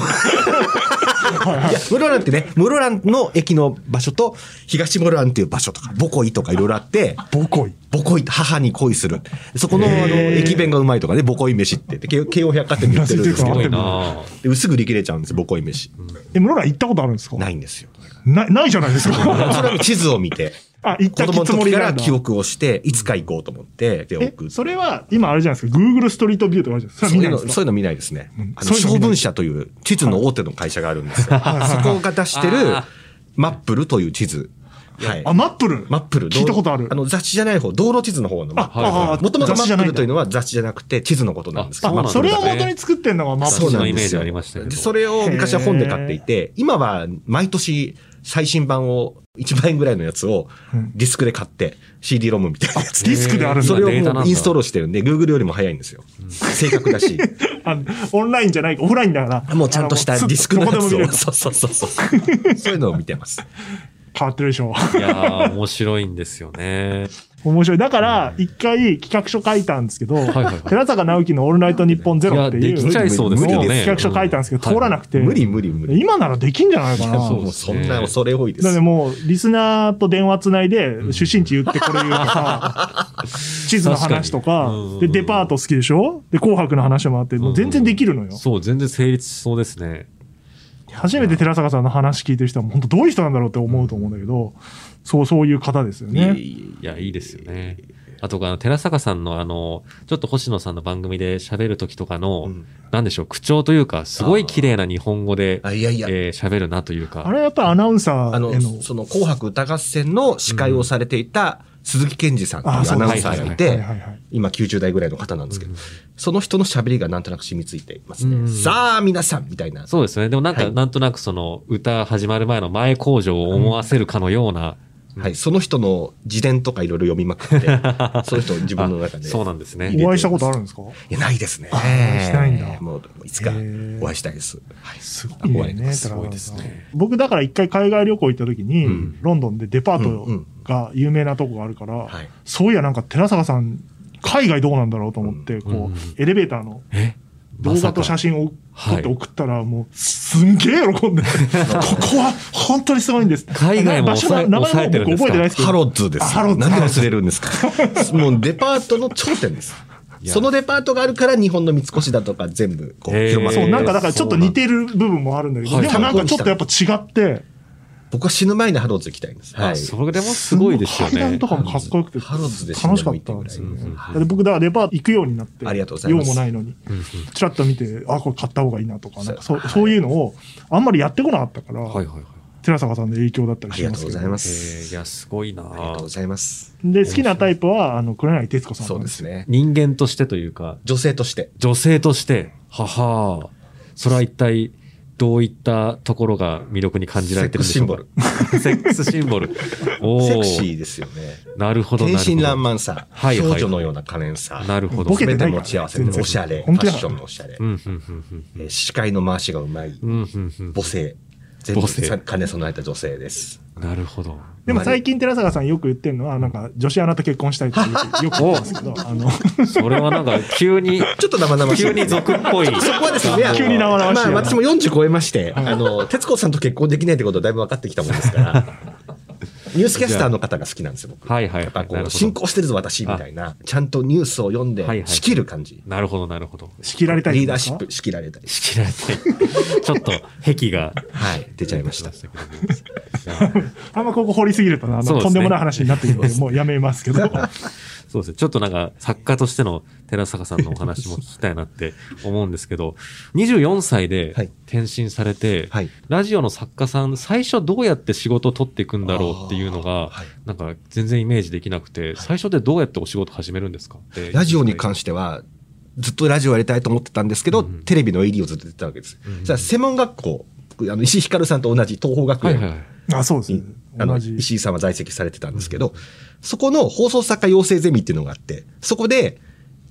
Speaker 4: や、室蘭ってね、室蘭の駅の場所と、東室蘭っていう場所とか、母恋とかいろいろあって、
Speaker 2: ボコイ。
Speaker 4: 母恋、母に恋する。そこの、あの、駅弁がうまいとかね、母恋飯って言って、京京王百貨店に売ってるんですけ
Speaker 3: す
Speaker 2: 合
Speaker 4: ど
Speaker 2: っ
Speaker 3: ご
Speaker 2: て
Speaker 3: い
Speaker 2: る
Speaker 3: なぁ
Speaker 4: で、薄ぐ売り切れちゃうんですよ、母恋飯。
Speaker 2: え、室蘭行ったことあるんですか
Speaker 4: ないんですよ。
Speaker 2: ない、ないじゃないですか。
Speaker 4: それは地図を見て、
Speaker 2: あ、行っ
Speaker 4: 子
Speaker 2: た
Speaker 4: 供の
Speaker 2: つもり
Speaker 4: 時から
Speaker 2: が。
Speaker 4: 記憶をして、いつか行こうと思って、で、
Speaker 2: え
Speaker 4: 送、って。
Speaker 2: それは、今あれじゃないですか。Google ストリートビューとかあるじゃないですか。そ
Speaker 4: そう
Speaker 2: れ
Speaker 4: い
Speaker 2: は
Speaker 4: う
Speaker 2: 見
Speaker 4: の、
Speaker 2: ないんです
Speaker 4: そ
Speaker 2: か
Speaker 4: ういうの見
Speaker 2: ん。
Speaker 4: ないですねあ
Speaker 2: そう
Speaker 4: の、
Speaker 2: いうの
Speaker 4: 小
Speaker 2: 見ない
Speaker 4: 文社という地図の大手の会社があるんですよ。そこが出してる
Speaker 3: あ、
Speaker 4: マップルという地図。はい。
Speaker 2: あ、マップル
Speaker 4: マップル。
Speaker 2: 聞いたことある
Speaker 4: あ。の、雑誌じゃない方、道路地図の方の。
Speaker 2: あ、
Speaker 3: はいはい
Speaker 2: あ、
Speaker 4: もともとマ
Speaker 2: 雑誌じゃ
Speaker 4: ッ
Speaker 2: な
Speaker 4: プ
Speaker 2: いん
Speaker 4: ル
Speaker 2: だ
Speaker 4: というのは雑誌じゃなくて地図のことなんですけど、
Speaker 3: あ
Speaker 4: マ
Speaker 3: の
Speaker 4: ップ
Speaker 2: そ
Speaker 4: ル
Speaker 2: れ
Speaker 4: だ
Speaker 2: を
Speaker 4: と
Speaker 2: 元に作ってんのがマップ
Speaker 3: そ
Speaker 2: ル
Speaker 3: う
Speaker 4: な
Speaker 3: なんイ
Speaker 4: で
Speaker 3: メー
Speaker 4: す
Speaker 3: ジ
Speaker 4: よ
Speaker 3: ありましたけど。
Speaker 4: それを昔は本で買っていて、今は毎年最新版を、1万円ぐらいのやつを
Speaker 2: うん
Speaker 4: ディスクで買って、CD ロムみたいなやつ
Speaker 2: ディスクであるんだ
Speaker 4: そ
Speaker 3: へー
Speaker 4: れ
Speaker 3: データ
Speaker 4: を
Speaker 3: な
Speaker 4: も
Speaker 3: ん
Speaker 4: う
Speaker 3: だ
Speaker 4: インストールしてるんで、Google よりも早いんですよ。正確だ し。
Speaker 2: あオンラインじゃない、オフラインだから。
Speaker 4: もうちゃんとした
Speaker 2: あ
Speaker 4: デ
Speaker 2: の
Speaker 4: ィスクの
Speaker 2: どこで
Speaker 4: や
Speaker 2: も
Speaker 4: つ
Speaker 2: 見れ
Speaker 4: を。
Speaker 2: る
Speaker 4: そうそうそ うそう。そういうのを見てます。
Speaker 2: 変わってるでしょ。
Speaker 3: いやー、面白いんですよね。
Speaker 2: 面白い。だから、一回企画書書いたんですけど、
Speaker 3: はいはい
Speaker 2: 寺坂直樹のオールナイトニッポンゼロってい
Speaker 3: やでき
Speaker 2: う、
Speaker 3: ちゃいそうですけどね。
Speaker 2: 無理です企画書書いたんですけど通らなくて
Speaker 4: 無理無理無理。
Speaker 2: 今ならできんじゃないかな。
Speaker 4: もうそんな恐れ多いです
Speaker 2: だっ。てもう、リスナーと電話つないで、出身地言ってこれ言うとか、地図の話とか
Speaker 3: 確かにうんうん
Speaker 2: で、デパート好きでしょで、紅白の話もあって、もう全然できるのよ。
Speaker 3: そう、全然成立しそうですね。
Speaker 2: 初めて寺坂さんの話聞いてる人は、本当どういう人なんだろうって思うと思うんだけど、そう、そういう方ですよね。
Speaker 3: いや、いいですよね。あと、あの、寺坂さんのあの、ちょっと星野さんの番組で喋る時とかの、
Speaker 4: うん
Speaker 3: なんでしょう、口調というか、すごい綺麗な日本語で、
Speaker 4: あいやいや、
Speaker 3: えー喋るなというか。
Speaker 2: あれはやっぱアナウンサ
Speaker 4: あ
Speaker 2: ー
Speaker 4: の
Speaker 2: へ、の、
Speaker 4: その紅白歌合戦の司会をされていた鈴木健二さんっていう
Speaker 2: あそう
Speaker 4: ア
Speaker 2: だ
Speaker 4: ナウンサーがい
Speaker 2: はい
Speaker 4: て
Speaker 2: はいはい、
Speaker 4: 今90代ぐらいの方なんですけど、その人の喋りがなんとなく染みついています
Speaker 3: うん
Speaker 4: ね。さあ、皆さんみたいな。
Speaker 3: そうですよね。でもなんか、
Speaker 4: はい
Speaker 3: なんとなくその、歌始まる前の前工場を思わせるかのような、
Speaker 4: はい、その人の自伝とかいろいろ読みまく って、その人自分の中で。
Speaker 3: そうなんですね。
Speaker 2: お会いしたことあるんですか
Speaker 4: いや、ないですね。
Speaker 2: ーしないんだ
Speaker 4: もう、いつか
Speaker 2: へー
Speaker 4: お会いしたいです。はい
Speaker 2: すごいよね、寺
Speaker 4: すごい
Speaker 2: 坂
Speaker 4: で
Speaker 2: さ
Speaker 4: す
Speaker 2: ん
Speaker 4: ね。
Speaker 2: 僕だから一回海外旅行行った時に、
Speaker 4: うん
Speaker 2: ロンドンでデパー
Speaker 4: うんう
Speaker 2: ト
Speaker 4: ん
Speaker 2: が有名なとこがあるから、
Speaker 4: はい
Speaker 2: そういやなんか寺坂さん、海外どうなんだろうと思って、
Speaker 3: んうん
Speaker 2: こ
Speaker 3: うん
Speaker 2: う、エレベーターの
Speaker 3: え
Speaker 2: 動画と写
Speaker 3: 真。
Speaker 2: 真を
Speaker 3: はい
Speaker 2: 撮って送ったら、もう、すんげえ喜んで、こ こは本当にすごいんです。
Speaker 3: 海外も
Speaker 2: 場所だ名前
Speaker 3: 抑えて
Speaker 2: も
Speaker 3: るんで
Speaker 2: 僕
Speaker 3: すか
Speaker 2: 覚えてないですけど。
Speaker 4: ハロッズです。
Speaker 2: あハロッズ
Speaker 4: なんで忘れるんですかもうデパートの頂点です。
Speaker 3: いや
Speaker 4: そのデパートがあるから日本の三越だとか全部こう
Speaker 3: へー
Speaker 4: 広まって
Speaker 2: そう、
Speaker 4: る
Speaker 2: なんかだからちょっと似てる部分もあるんだけど、
Speaker 3: はい
Speaker 2: でもなんかちょっとやっぱ違って、
Speaker 4: 僕は死ぬ前にハロッズ行きたいんです。はい。
Speaker 3: それでもすごいですよね。
Speaker 2: 階段とかもかっこよくて、
Speaker 4: ハロッズで死ぬ
Speaker 2: 楽しか
Speaker 4: 前
Speaker 2: っ
Speaker 4: に
Speaker 2: た
Speaker 4: 行
Speaker 2: ん
Speaker 4: っ
Speaker 2: です
Speaker 4: て
Speaker 2: よ
Speaker 4: ぐ
Speaker 2: ね。
Speaker 4: らい。
Speaker 2: だって僕、だからデパート行くようになって、
Speaker 4: ありがとうございます
Speaker 2: 用もないのに
Speaker 3: んうん、
Speaker 2: ちらっと見て、あ、これ買った方がいいなとか、なんかそう
Speaker 4: はい
Speaker 2: そういうのを、あんまりやってこなかったから、
Speaker 3: はいはいはい。
Speaker 2: 寺坂さんの影響だったり
Speaker 4: あ
Speaker 2: し
Speaker 4: りが
Speaker 2: ま
Speaker 4: とう
Speaker 2: すけ
Speaker 4: ご
Speaker 2: ど
Speaker 4: ざい。ま
Speaker 3: えー、い
Speaker 4: す。
Speaker 3: や、すごいな
Speaker 4: ありがとうございます。
Speaker 2: で、好きなタイプは、あの、黒柳徹子さん
Speaker 4: そ
Speaker 2: な
Speaker 4: うんで
Speaker 2: です
Speaker 4: すね。
Speaker 3: 人間としてというか、
Speaker 4: 女性として。
Speaker 3: 女性として、ははそれは一体、どういったところが魅力に感じられてるんでしょうかセックスシンボル。おー
Speaker 4: セクシーですよね。
Speaker 3: なるほど、な
Speaker 4: 天
Speaker 3: るほ
Speaker 4: 真爛
Speaker 3: ど。
Speaker 4: 漫さ、
Speaker 3: はいはい
Speaker 4: 少女のような可憐さ、
Speaker 3: なるほど。
Speaker 2: ボケて
Speaker 4: 全
Speaker 2: ないか
Speaker 4: て
Speaker 2: ら
Speaker 4: 持ち合わせて
Speaker 2: 全
Speaker 4: る、
Speaker 2: 然
Speaker 4: おしゃれ、フ
Speaker 2: 本
Speaker 4: ァ
Speaker 2: 当だ
Speaker 4: ッションのおしゃれ
Speaker 3: う、ん、うん、うん、うん。
Speaker 4: えー司会の回しがうまい、
Speaker 3: うん、うん、うん
Speaker 4: 母性、全部
Speaker 3: 母性
Speaker 4: さ兼ね備えた女性です。
Speaker 3: なるほど。
Speaker 2: でも最近寺坂さんよく言ってるのは、なんか、女子アナと結婚したいってよくよく言って ますけど、あの、
Speaker 3: それはなんか、急に、
Speaker 4: ちょっと生々しい。
Speaker 3: 急に俗っぽい。
Speaker 4: そこはです ね、あの
Speaker 2: 急に生々しいよ
Speaker 4: まあ
Speaker 2: ね
Speaker 4: 私も40超えまして、あの、徹子さんと結婚できないってことはだいぶ分かってきたもんですから、ニュースキャスターの方が好きなんですよ、僕。
Speaker 3: はいはい
Speaker 4: やっぱこ
Speaker 3: なるほど
Speaker 4: う、進行してるぞ私、みたいな、ちゃんとニュースを読んで
Speaker 3: はいはい、
Speaker 4: 仕切る感じ。
Speaker 3: なるほど、なるほど。
Speaker 2: 仕切られたい
Speaker 4: リ
Speaker 2: ん
Speaker 4: ーダ
Speaker 2: で
Speaker 4: ー
Speaker 2: す
Speaker 4: シ
Speaker 2: か
Speaker 4: ップ仕切られたり。
Speaker 3: 仕切られたい。ちょっと、癖が
Speaker 4: はい、出ちゃいました。
Speaker 3: 出けどもいや
Speaker 2: あんまここ掘りすぎるとな、あ
Speaker 3: そう
Speaker 2: の
Speaker 3: で
Speaker 2: と
Speaker 3: すね
Speaker 2: んでもない話になってくるので、もうやめますけ ど。
Speaker 3: そうですね。ちょっとなんか、作家としての寺坂さんのお話も聞きたいなって思うんで すけど、24歳で
Speaker 4: はい
Speaker 3: 転身されて、
Speaker 4: はい
Speaker 3: ラジオの作家さん、最初どうやって仕事を取っていくんだろうっていうのが、
Speaker 4: はい
Speaker 3: なんか全然イメージできなくて、最初でどうやってお仕事始めるんですかって
Speaker 4: ラジオに関しては、ずっとラジオやりたいと思ってたんですけど、
Speaker 3: うん
Speaker 4: テレビの AD をずっと出てたわけです。
Speaker 3: うん
Speaker 4: じゃあ、専門学校、僕あの石井ひかるさんと同じ東邦学
Speaker 3: はい
Speaker 4: 園
Speaker 3: はいはい。
Speaker 2: あ、そうですね
Speaker 4: に。あの
Speaker 2: 同じ。
Speaker 4: 石井さんは在籍されてたんですけど、そこの放送作家養成ゼミっていうのがあって、そこで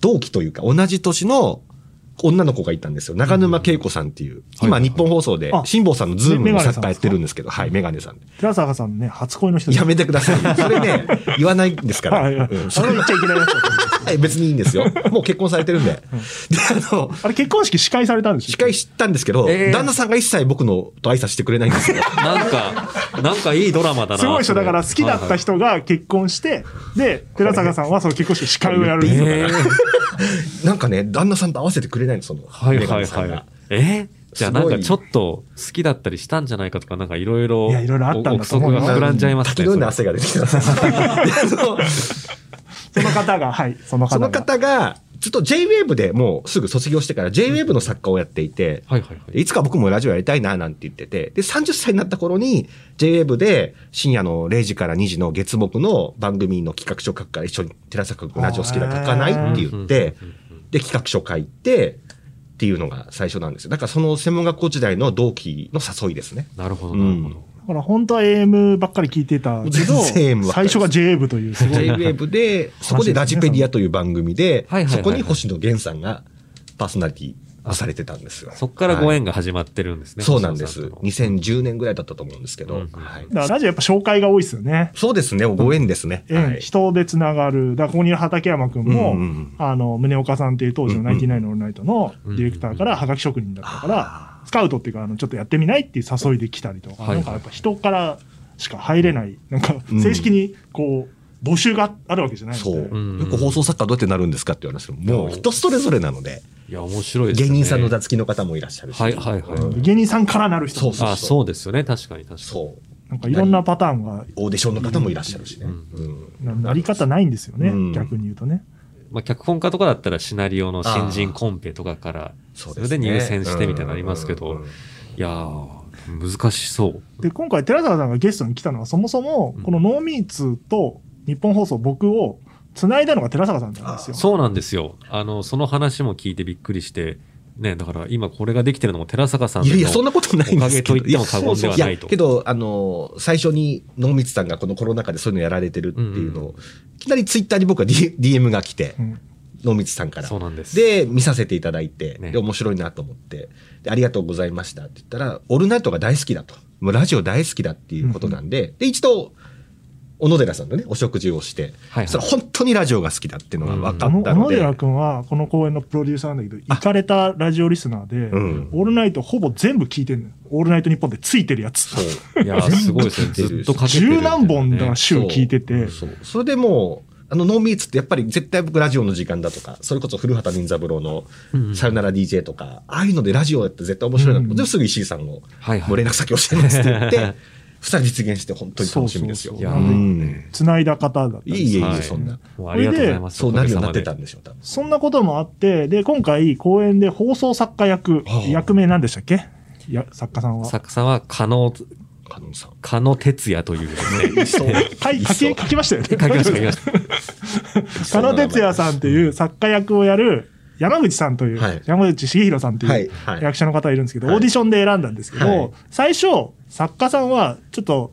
Speaker 4: 同期というか同じ年の女の子がいたんですよ。長沼恵子さんっていう。今、
Speaker 3: はいはい
Speaker 4: 日本放送で
Speaker 2: あ、
Speaker 4: 辛坊さんのズーム
Speaker 2: メ
Speaker 4: の
Speaker 2: ガネさ
Speaker 4: 作
Speaker 2: んですか
Speaker 4: 家やってるんですけど、はい、メガネさんで。
Speaker 2: 寺坂さんのね、初恋の人
Speaker 4: やめてください。それね、言わないんですか
Speaker 2: は
Speaker 4: ら。
Speaker 2: いはい。あ
Speaker 4: うんそれ
Speaker 2: れ言っちゃいけないやつだと思い ます
Speaker 4: はい別にいいん ですよ。もう結婚されてるんで。で、あの、
Speaker 2: あれ結婚式司会されたんでしょ
Speaker 4: 司会知ったんですけど、
Speaker 3: ええ
Speaker 4: 旦那さんが一切僕のと挨拶してくれないんですよ。
Speaker 3: なんか、なんかいいドラマだな。
Speaker 2: すごいでしょ。だから好きだった人が結婚して、で、寺坂さんはその結婚式司会をやるん
Speaker 3: そ
Speaker 2: ですよ
Speaker 3: れ。えー
Speaker 4: なんかね、旦那さんと合わせてくれないの、その。
Speaker 3: はい
Speaker 4: メガ
Speaker 3: はい
Speaker 4: ネさん
Speaker 3: はい
Speaker 4: が。。
Speaker 3: えーじゃあなんかちょっと好きだったりしたんじゃないかとか、なんかいろいろ、
Speaker 2: いや色々あったんだと思うよ
Speaker 3: 憶測が膨らんじゃいますね。
Speaker 4: 滝のような汗が出てきた。で あの
Speaker 2: その方が、はい、その
Speaker 4: そ
Speaker 2: 方
Speaker 4: の
Speaker 2: が。
Speaker 4: 方が、ずっと JWAVE でもうすぐ卒業してから JWAVE の作家をやっていて、
Speaker 3: はいはいはい。
Speaker 4: いつか僕もラジオやりたいななんて言ってて、で、30歳になった頃に JWAVE で深夜の0時から2時の月木の番組の企画書書くから一緒に寺坂君ラジオ好きだから書かないって言って、で、企画書書いて、っていうのが最初なんですよ。だからその専門学校時代の同期の誘いですね。
Speaker 3: なるほど、なるほ
Speaker 4: うん
Speaker 3: ど。
Speaker 2: だから本当は AM ばっかり聞いてたけど、
Speaker 4: 全然 AM ばっか
Speaker 2: 最
Speaker 4: り
Speaker 2: 初が JA 部というすごい。
Speaker 4: J-WAVE で、そこでラジペディアという番組で
Speaker 3: はいはい、はいは
Speaker 4: そ
Speaker 3: い
Speaker 4: こに星野源さんがパーソナリティをされてたんですよ。
Speaker 3: そっからご
Speaker 4: はい
Speaker 3: 縁が始まってるんですね。
Speaker 4: そうなんで
Speaker 3: 星
Speaker 4: す。
Speaker 3: 野さとの
Speaker 4: 2010年ぐらいだったと思うんですけ
Speaker 3: うん
Speaker 4: ど
Speaker 3: うん、
Speaker 4: はい
Speaker 2: だからラジオやっぱ紹介が多いですよね。
Speaker 4: そうですね、ご縁ですね。
Speaker 2: 縁
Speaker 4: はい
Speaker 2: 人でつながる。だからここにいる畠山くんも、
Speaker 4: うんうんうん
Speaker 2: あの、宗岡さんっていう当時のナインティナインのオールナイトのディレクターからハガキ職人だったから、スカウトっていうか、あの、ちょっとやってみないっていう誘いで来たりとか、
Speaker 3: はい
Speaker 2: なんかやっぱ人からしか入れない、なんか
Speaker 4: うん
Speaker 2: 正式にこう、募集があるわけじゃないので
Speaker 4: そう。
Speaker 3: ん
Speaker 4: よく放送作家どうやってなるんですかって言われますけど、もう人それぞれなので、
Speaker 3: いや、面白いです
Speaker 4: 芸
Speaker 3: ね。
Speaker 4: 人さんの座付きの方もいらっしゃるし。
Speaker 3: はいはいはい
Speaker 4: うん
Speaker 2: 芸人さんからなる人
Speaker 4: そうそう
Speaker 3: あ、そうですよね。確かに確かに。
Speaker 4: そう。
Speaker 2: なんかいろんなパターンが、
Speaker 4: オーディションの方もいらっしゃるしね。
Speaker 3: う
Speaker 4: うんん
Speaker 2: ななり方ないんですよね、
Speaker 4: うん
Speaker 2: 逆に言うとね。
Speaker 3: まあ、脚本家とかだったらシナリオの新人コンペとかから、
Speaker 4: そ
Speaker 3: それで入選してみたいなのありますけ
Speaker 4: うんうん
Speaker 3: ど
Speaker 4: うん、
Speaker 3: いやー、難しそう。
Speaker 2: で、今回寺坂さんがゲストに来たのは、そもそも、このノーミーツと日本放送僕を繋いだのが寺坂さんなんですよ。
Speaker 3: そうなんですよ。あの、その話も聞いてびっくりして、ね、だから今これができてるのも寺坂さん
Speaker 4: い
Speaker 3: の
Speaker 4: やいや、そんなことないんですけど。
Speaker 3: おかげと言っても過言ではないと
Speaker 4: やそうそうやけど、あの、最初に、能光さんがこのコロナ禍でそういうのやられてるっていうのを、いきなりツイッターに僕は D- DM が来て
Speaker 2: う、ん
Speaker 4: 能光さんから
Speaker 3: そう。なんです。
Speaker 4: で、見させていただいて、
Speaker 3: ね
Speaker 4: で、面白いなと思って、でありがとうございましたって言ったら、オールナイトが大好きだと。もうラジオ大好きだっていうことなんで、で、一度、小野寺さんのね、お食事をして、
Speaker 3: はいはい
Speaker 4: そしたら本当にラジオが好きだっていうのが分か
Speaker 2: あ
Speaker 4: っ
Speaker 2: の
Speaker 4: た
Speaker 2: 小
Speaker 4: の
Speaker 2: 野
Speaker 4: で、
Speaker 2: 寺君はこの公演のプロデューサーなんだけど、行かれたラジオリスナーで、
Speaker 4: うん
Speaker 2: オールナイトほぼ全部聞いてんのよ。オールナイト日本でついてるやつ。
Speaker 4: そう。
Speaker 3: いやー、すごいですね。ずっとかけてる、
Speaker 2: 十何本だ
Speaker 3: し。
Speaker 2: 週聞いてて、
Speaker 4: そうそうそれでもうあのノーミーツってやっぱり絶対僕ラジオの時間だとかそれこそ古畑任三郎の「さよなら DJ」とか、ああいうのでラジオやって絶対面白いなと思って、
Speaker 2: うん
Speaker 4: すぐ石井さんを「
Speaker 3: はいはい
Speaker 4: もう連絡先教えます」って言って2人実現して本当に楽しみですよ。
Speaker 2: そう
Speaker 3: いや
Speaker 2: そう
Speaker 4: う
Speaker 2: そ
Speaker 3: ー、
Speaker 4: ん
Speaker 2: 繋いだ方だったん
Speaker 4: い
Speaker 2: です
Speaker 4: えいえいえ、
Speaker 3: はい
Speaker 4: そんな
Speaker 3: もうありがとうございます。
Speaker 4: そうなるようになってた
Speaker 3: おか
Speaker 4: んでしょう多分
Speaker 2: そんなこともあって、で、今回、公演で放送作家役、
Speaker 4: はあ
Speaker 2: 役名なんでしたっけや作家さん
Speaker 3: げさまで。
Speaker 2: は。
Speaker 3: 作さんは、加納、
Speaker 4: 加納さん。
Speaker 3: 加納哲也というですね。
Speaker 4: いそう
Speaker 2: はい、書
Speaker 4: そう
Speaker 2: き、書きましたよね。
Speaker 3: 書きました、書きました。
Speaker 2: 佐野哲也さんっていう作家役をやる山口さんという、
Speaker 4: はい
Speaker 2: 山口茂弘さんと
Speaker 4: はいいうはい
Speaker 2: 役者の方がいるんですけど、
Speaker 4: はい
Speaker 2: オーディションで選んだんですけど、
Speaker 4: はい
Speaker 2: 最初、作家さんはちょっと、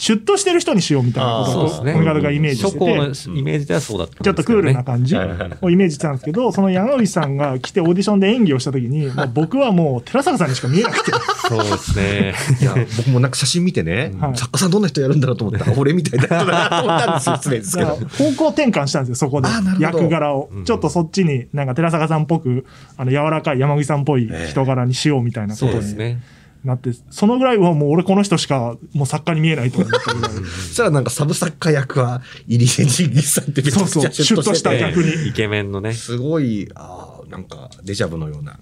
Speaker 2: シュッとしてる人にしようみたいなこと
Speaker 3: そう
Speaker 2: を、
Speaker 3: ですね。
Speaker 2: この方がイメージし
Speaker 3: 初
Speaker 2: て
Speaker 3: 行の
Speaker 2: て、
Speaker 3: イメージではそうだったん
Speaker 2: ちょ
Speaker 3: で
Speaker 2: っと
Speaker 3: すけど
Speaker 2: クール
Speaker 3: ね
Speaker 2: な感じ
Speaker 4: はいはい
Speaker 2: をイメージしてたんですけど、その山口さんが来てオーディションで演技をしたときに、もう僕はもう寺坂さんにしか見えなく て、
Speaker 3: そうですね。
Speaker 4: いや、僕もなんか写真見てね、
Speaker 2: はい
Speaker 4: 作家さんどんな人やるんだろうと思ったら、俺みたいな人だなと思ったんですよ、失礼ですけ
Speaker 2: だか
Speaker 4: ど
Speaker 2: ら。方向転換したんですよ、そこで
Speaker 4: あなる。ほど
Speaker 2: 役柄を。ちょっとそっちに、なんか寺坂さんっぽく、あの、柔らかい山口さんっぽい人柄にしようみたいなこ
Speaker 3: そう
Speaker 2: と
Speaker 3: です
Speaker 2: に
Speaker 3: ね。
Speaker 2: なって、そのぐらいはもう俺この人しか、もう作家に見えないと思った ぐらい。
Speaker 4: そしたらなんかサブ作家役は、イリセジンギスさんってめちゃくちゃシュ
Speaker 2: そうそうシュッ
Speaker 4: ッとし
Speaker 2: とした
Speaker 4: て
Speaker 2: 役
Speaker 4: て、
Speaker 2: 逆に
Speaker 3: イケメンのね。
Speaker 4: すごい、ああ、なんかデジャブのような、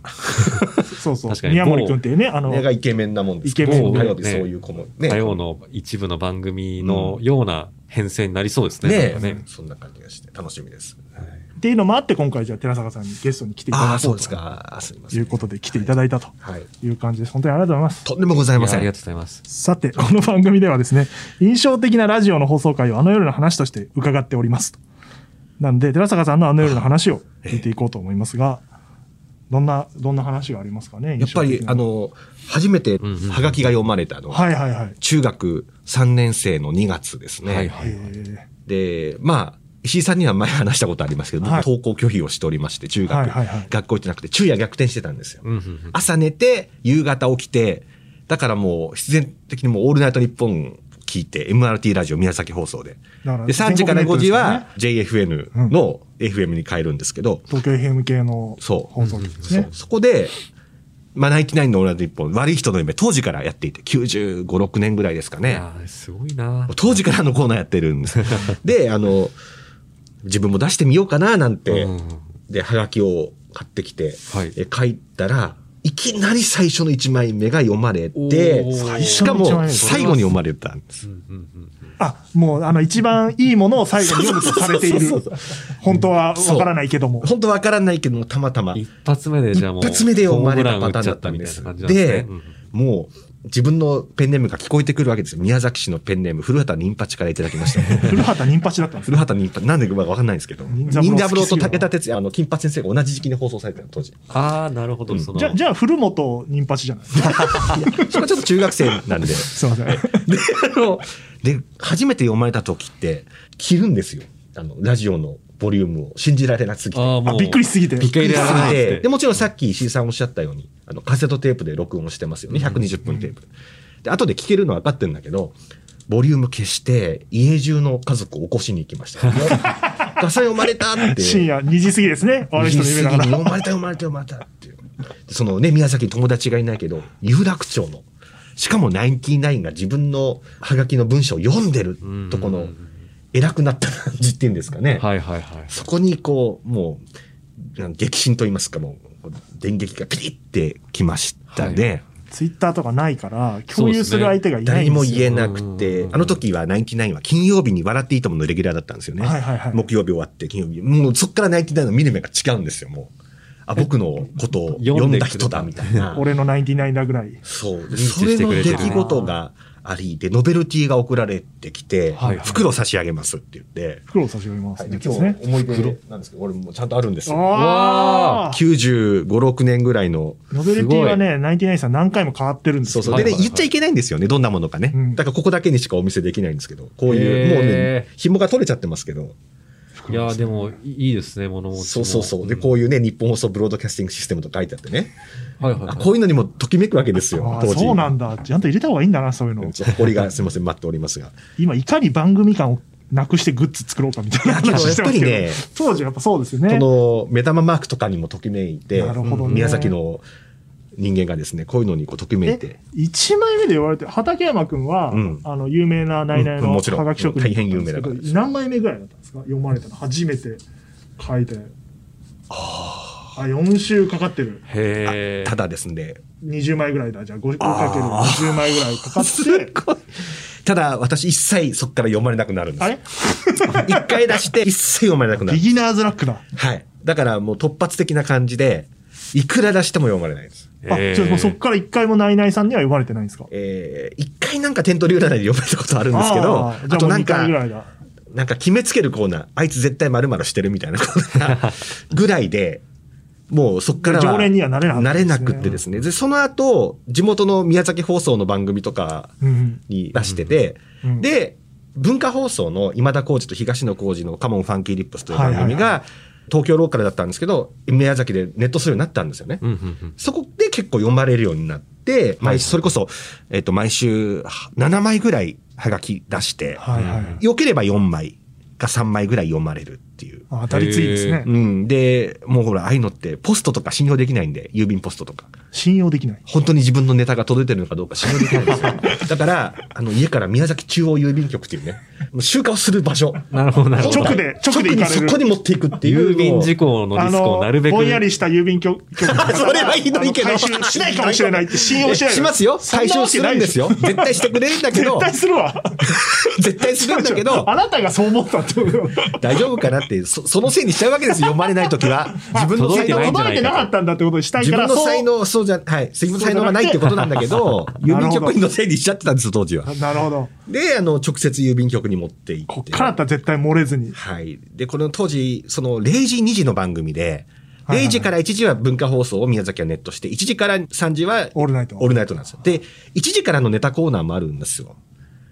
Speaker 2: そうそう
Speaker 3: 確か。に
Speaker 2: 宮森君っていうね、あの、
Speaker 4: 目がイケメンなもんですけど、
Speaker 2: イケメン
Speaker 4: 火曜日そういう子もね、
Speaker 3: 火曜の一部の番組のような編成になりそうですね。
Speaker 4: ね
Speaker 3: なんか
Speaker 4: ねそんな感じがして、楽しみです。
Speaker 2: っていうのもあって今回じゃあ寺坂さんにゲストに来ていた
Speaker 4: ああ、
Speaker 2: だこ
Speaker 4: そう
Speaker 2: う
Speaker 4: ですか。あすみま
Speaker 2: と
Speaker 4: せん。
Speaker 2: いうことで来ていただいたと
Speaker 4: はい。
Speaker 2: いう感じです。本当にありがとうございます。
Speaker 4: とんでもござい
Speaker 3: い
Speaker 4: ま
Speaker 3: や
Speaker 4: せ
Speaker 3: あり
Speaker 4: ん
Speaker 3: が。とうございます。
Speaker 2: さて、この番組ではですね、印象的なラジオの放送回をあの夜の話として伺っておりますと。なんで、寺坂さんのあの夜の話を聞いていこうと思いますが、どんな、どんな話がありますかね、
Speaker 4: やっぱり
Speaker 2: 印象、的な
Speaker 4: あ、の、初めて
Speaker 3: んうん
Speaker 4: ハガキが読まれたのは、
Speaker 2: はいはいはい。
Speaker 4: 中学3年生の2月ですね。
Speaker 3: はいはい。
Speaker 2: え
Speaker 4: で、まあ、石井さんには前話したことありますけど、僕
Speaker 2: はい
Speaker 4: 登校拒否をしておりまして、中学、
Speaker 2: はいはいはい
Speaker 4: 学校行ってなくて、昼夜逆転してたんですよ。
Speaker 3: うんうんうん
Speaker 4: 朝寝て、夕方起きて、だからもう必然的にもうオールナイト日本聞いて、MRT ラジオ宮崎放送で。で、
Speaker 2: だから
Speaker 4: 3時から
Speaker 2: 全国ネッ
Speaker 4: 5
Speaker 2: トです
Speaker 4: 時
Speaker 2: からね
Speaker 4: は JFN の FM に変えるんですけど、
Speaker 2: ー東京 FM 系の
Speaker 4: そう
Speaker 2: 放送局ですね。
Speaker 4: そこで、まあ、ナインティナインのオールナイト日本、悪い人の夢、当時からやっていて、95、6年ぐらいですか
Speaker 3: い
Speaker 4: ね。
Speaker 3: やーすごいな。
Speaker 4: 当時からのコーナーやってる んです。で、あの、自分も出してみようかななんて、
Speaker 3: うん
Speaker 4: で、はがきを買ってきて、
Speaker 3: はい
Speaker 4: え書いたら、いきなり最初の1枚目が読まれ
Speaker 3: お
Speaker 4: て、
Speaker 3: ー
Speaker 4: し
Speaker 2: 最初の一
Speaker 4: か
Speaker 2: 枚
Speaker 4: も
Speaker 2: 目
Speaker 4: 最後に読まれたんです。
Speaker 2: あ、もう、あの、一番いいものを最後に読むとされている
Speaker 4: そうそうそう。
Speaker 2: 本当はわからないけども。
Speaker 4: 本当わからないけども、たまたま。
Speaker 3: 一発目でじゃあもう、
Speaker 4: 一発目で読まれた
Speaker 3: ホームラン
Speaker 4: パターンだ
Speaker 3: 打
Speaker 4: っ
Speaker 3: ち
Speaker 4: たんで
Speaker 3: ち
Speaker 4: す
Speaker 3: ゃ。ったみたいな感じなんですね
Speaker 4: で、もう、自分のペンネームが聞こえてくるわけですよ。宮崎市のペンネーム、古畑任八からいただきました。
Speaker 2: 古畑任八だったんです
Speaker 4: 古畑任八、なんでまあわかんないんですけど、
Speaker 2: 任三郎
Speaker 4: 任三
Speaker 2: 好き
Speaker 4: 郎と
Speaker 2: すぎるな
Speaker 4: 武田鉄矢、あの、金八先生が同じ時期に放送されてたの、当時。
Speaker 3: ああ、なるほど。その
Speaker 2: じゃ、じゃあ、古本任八じゃない ですか。
Speaker 4: それはちょっと中学生なんで。
Speaker 2: すいません。
Speaker 4: で、あの、で、初めて読まれた時って、着るんですよ。あの、ラジオのボリュームを。信じられなすぎて。
Speaker 3: ああ、
Speaker 2: あ
Speaker 3: もう。
Speaker 2: びっくりしすぎて。
Speaker 3: びっくりし
Speaker 4: す
Speaker 3: すぎ
Speaker 4: ぎ
Speaker 3: て
Speaker 4: て。で、もちろんさっき石井さんおっしゃったように、あの、カセットテープで録音してますよね。120分テープ。で、後で聞けるのは分かってるんだけど、ボリューム消して、家中の家族を起こしに行きました。ガサ読まれたって。
Speaker 2: 深夜2時過ぎですね。悪い人の夢だか
Speaker 4: 過ぎに
Speaker 2: ら。
Speaker 4: 読まれた読まれた読まれたっていう。でそのね、宮崎に友達がいないけど、有楽町の、しかもナインティナインが自分のハガキの文章を読んでるとこの、偉くなった感じっていうんですかね。
Speaker 3: はいはいはい。
Speaker 4: そこにこう、もう、あの激震と言いますか、もう、電撃がピリってきましたね。
Speaker 2: ツイッターとかないから、共有する相手がいない
Speaker 4: 誰に
Speaker 2: んで
Speaker 4: も
Speaker 2: すよ。
Speaker 4: 言えなくて、あの時はナインティナインは金曜日に笑っていいとものレギュラーだったんですよね。
Speaker 2: はいはいはい
Speaker 4: 木曜日終わって金曜日。もうそっからナインティナインの見る目が違うんですよ、もう。あ、僕のことを
Speaker 3: 読
Speaker 4: 読
Speaker 3: んで
Speaker 4: ん
Speaker 3: く
Speaker 4: だ
Speaker 3: れた
Speaker 4: 人だ、みたいな。
Speaker 2: 俺の99だぐらい。
Speaker 4: そう。で
Speaker 3: 認知
Speaker 4: それ
Speaker 3: して
Speaker 4: の
Speaker 3: くれてる
Speaker 4: 出
Speaker 3: な
Speaker 4: 来事があり、で、ノベルティが送られてきて、
Speaker 3: はいはい
Speaker 4: 袋差し上げますって言って、
Speaker 2: 袋を差し上げます
Speaker 4: はい
Speaker 2: ね。
Speaker 4: で
Speaker 2: ですね。
Speaker 4: 思い出なんですけど、俺もちゃんとあるんですよ。
Speaker 2: あー
Speaker 4: 95、6年ぐらいの。
Speaker 2: ノベルティはね、99さん何回も変わってるんです
Speaker 4: そう
Speaker 2: よ。
Speaker 4: そう。
Speaker 3: はい
Speaker 4: で
Speaker 3: はい
Speaker 4: ね
Speaker 3: は、い
Speaker 4: 言っちゃいけないんですよね。どんなものかね。
Speaker 2: うん
Speaker 4: だからここだけにしかお見せできないんですけど、こうい
Speaker 3: へー
Speaker 4: う、もうね、紐が取れちゃってますけど、
Speaker 3: いやーでも、いいですね、物持ちも。
Speaker 4: そうそうそう。で、こういうね、日本放送ブロードキャスティングシステムと書いてあってね。
Speaker 3: うん。はいはいは
Speaker 4: あ
Speaker 3: い。
Speaker 4: こういうのにもときめくわけですよ
Speaker 2: あ、
Speaker 4: 当
Speaker 2: ー
Speaker 4: 時。
Speaker 2: そうなんだ。ちゃんと入れた方がいいんだな、そういうの。
Speaker 4: ちょっと堀がすみません、待っておりま すが。
Speaker 2: 今、いかに番組感をなくしてグッズ作ろうかみたいない
Speaker 4: や
Speaker 2: 話してます
Speaker 4: け
Speaker 2: け
Speaker 4: どやっぱり
Speaker 2: ど
Speaker 4: ね、
Speaker 2: 当時やっぱそうですよね。
Speaker 4: この目玉マークとかにもときめいて、
Speaker 2: なるほどね
Speaker 4: 宮崎の人間がですね、こういうのにこうときめいて
Speaker 2: え。1枚目で言われて、畠山君は、
Speaker 4: うん
Speaker 2: あの、有名なナイナイ
Speaker 4: うん
Speaker 2: の
Speaker 4: もちろん
Speaker 2: はがき職人だったんですけど
Speaker 4: 大変有名な方です
Speaker 2: 何枚目ぐらいだったんですか読まれたの。初めて書いて。あ4週かかってる。
Speaker 3: へえ。
Speaker 4: ただですね、
Speaker 2: 20枚ぐらいだ。じゃあ 5, かける20枚ぐらいか かって。
Speaker 4: ごい。ただ、私一切そっから読まれなくなるんで
Speaker 2: あ
Speaker 4: す
Speaker 2: れ
Speaker 4: よ。一回出して、一切読まれなくなる
Speaker 2: ビ。ギナーズラックだ。
Speaker 4: はい。だからもう突発的な感じで、いくら出しても読まれないです。
Speaker 2: あ、
Speaker 3: へー
Speaker 2: ちょっともうそっから一回もナイナイさんには呼ばれてないんですか
Speaker 4: えー、一回なんか点取り占いで読まれたことあるんですけど、
Speaker 2: あ
Speaker 4: あ
Speaker 2: ーじゃあも
Speaker 4: と
Speaker 2: う
Speaker 4: なん
Speaker 2: 2
Speaker 4: か
Speaker 2: 回ぐ、らいだ。
Speaker 4: なんか決めつけるコーナー、あいつ絶対〇〇してるみたいなコーナーぐらいで、もうそっから
Speaker 2: 常連にはなれなかった
Speaker 4: 慣
Speaker 2: です
Speaker 4: れ
Speaker 2: ね
Speaker 4: なくってですね。で、その後、地元の宮崎放送の番組とか
Speaker 2: うん
Speaker 4: に出してて、
Speaker 2: うんうん
Speaker 4: で、文化放送の今田耕司と東野耕司のカモンファンキーリップスという番組が、
Speaker 2: はい
Speaker 4: 東京ローカルだったんですけど、宮崎でネットするようになったんですよね。
Speaker 3: うんうんうん。
Speaker 4: そこで結構読まれるようになって、毎週、それこそ、えっ、と、毎週は7枚ぐらいはがき出して、
Speaker 2: はいはい。
Speaker 4: 良ければ4枚か3枚ぐらい読まれるっていう。
Speaker 2: あ当たりついですね
Speaker 3: へ。
Speaker 4: うん。で、もうほら、ああいうのって、ポストとか信用できないんで、郵便ポストとか。
Speaker 2: 信用できない。
Speaker 4: 本当に自分のネタが届いてるのかどうか信用できないで すよ。だから、あの、家から宮崎中央郵便局っていうね、もう集荷をする場所。
Speaker 3: なるほどなるほど。
Speaker 2: 直で直で行
Speaker 4: に
Speaker 2: かれ
Speaker 4: そ
Speaker 2: る
Speaker 4: こに持っていくっていう。
Speaker 3: 郵便事故のリスクをなるべく。
Speaker 2: ぼんやりした郵便局局
Speaker 4: それはひどいけど
Speaker 2: あの回収しないかもしれないって信用しない。
Speaker 4: しますよ。
Speaker 2: そん
Speaker 4: 回
Speaker 2: な
Speaker 4: 収
Speaker 2: わけ
Speaker 4: す
Speaker 2: な
Speaker 4: る
Speaker 2: い
Speaker 4: んですよ。絶対してくれるんだけど
Speaker 2: 絶、対するわ。
Speaker 4: 絶 対するんだけど
Speaker 2: あ、なたがそう思ったってこと。
Speaker 4: 大丈夫かなって、そそのせいにしちゃうわけですよ。読まれないときは。自分の
Speaker 3: 届い
Speaker 4: 才
Speaker 3: てない
Speaker 4: 能
Speaker 3: んじゃ
Speaker 2: 届いてなかったんだってことにしたい
Speaker 4: 自
Speaker 2: から、
Speaker 4: 分の才
Speaker 2: そう。
Speaker 4: 能、そうじゃ、はい。自分の才能がないってことなんだけど、
Speaker 2: じゃ
Speaker 4: 郵
Speaker 2: なくて
Speaker 4: 便局員のせいにしちゃってたんですよ、当時は。
Speaker 2: なるほど。
Speaker 4: で、あの、直接郵便局に持って行って。
Speaker 2: こっからだったら絶対漏れずに。
Speaker 4: はい。で、この当時、その0時、2時の番組で、
Speaker 2: はいはい
Speaker 4: 0時から1時は文化放送を宮崎はネットして、1時から3時は
Speaker 2: オールナイト
Speaker 4: オールナイトなんですよ。で、1時からのネタコーナーもあるんですよ。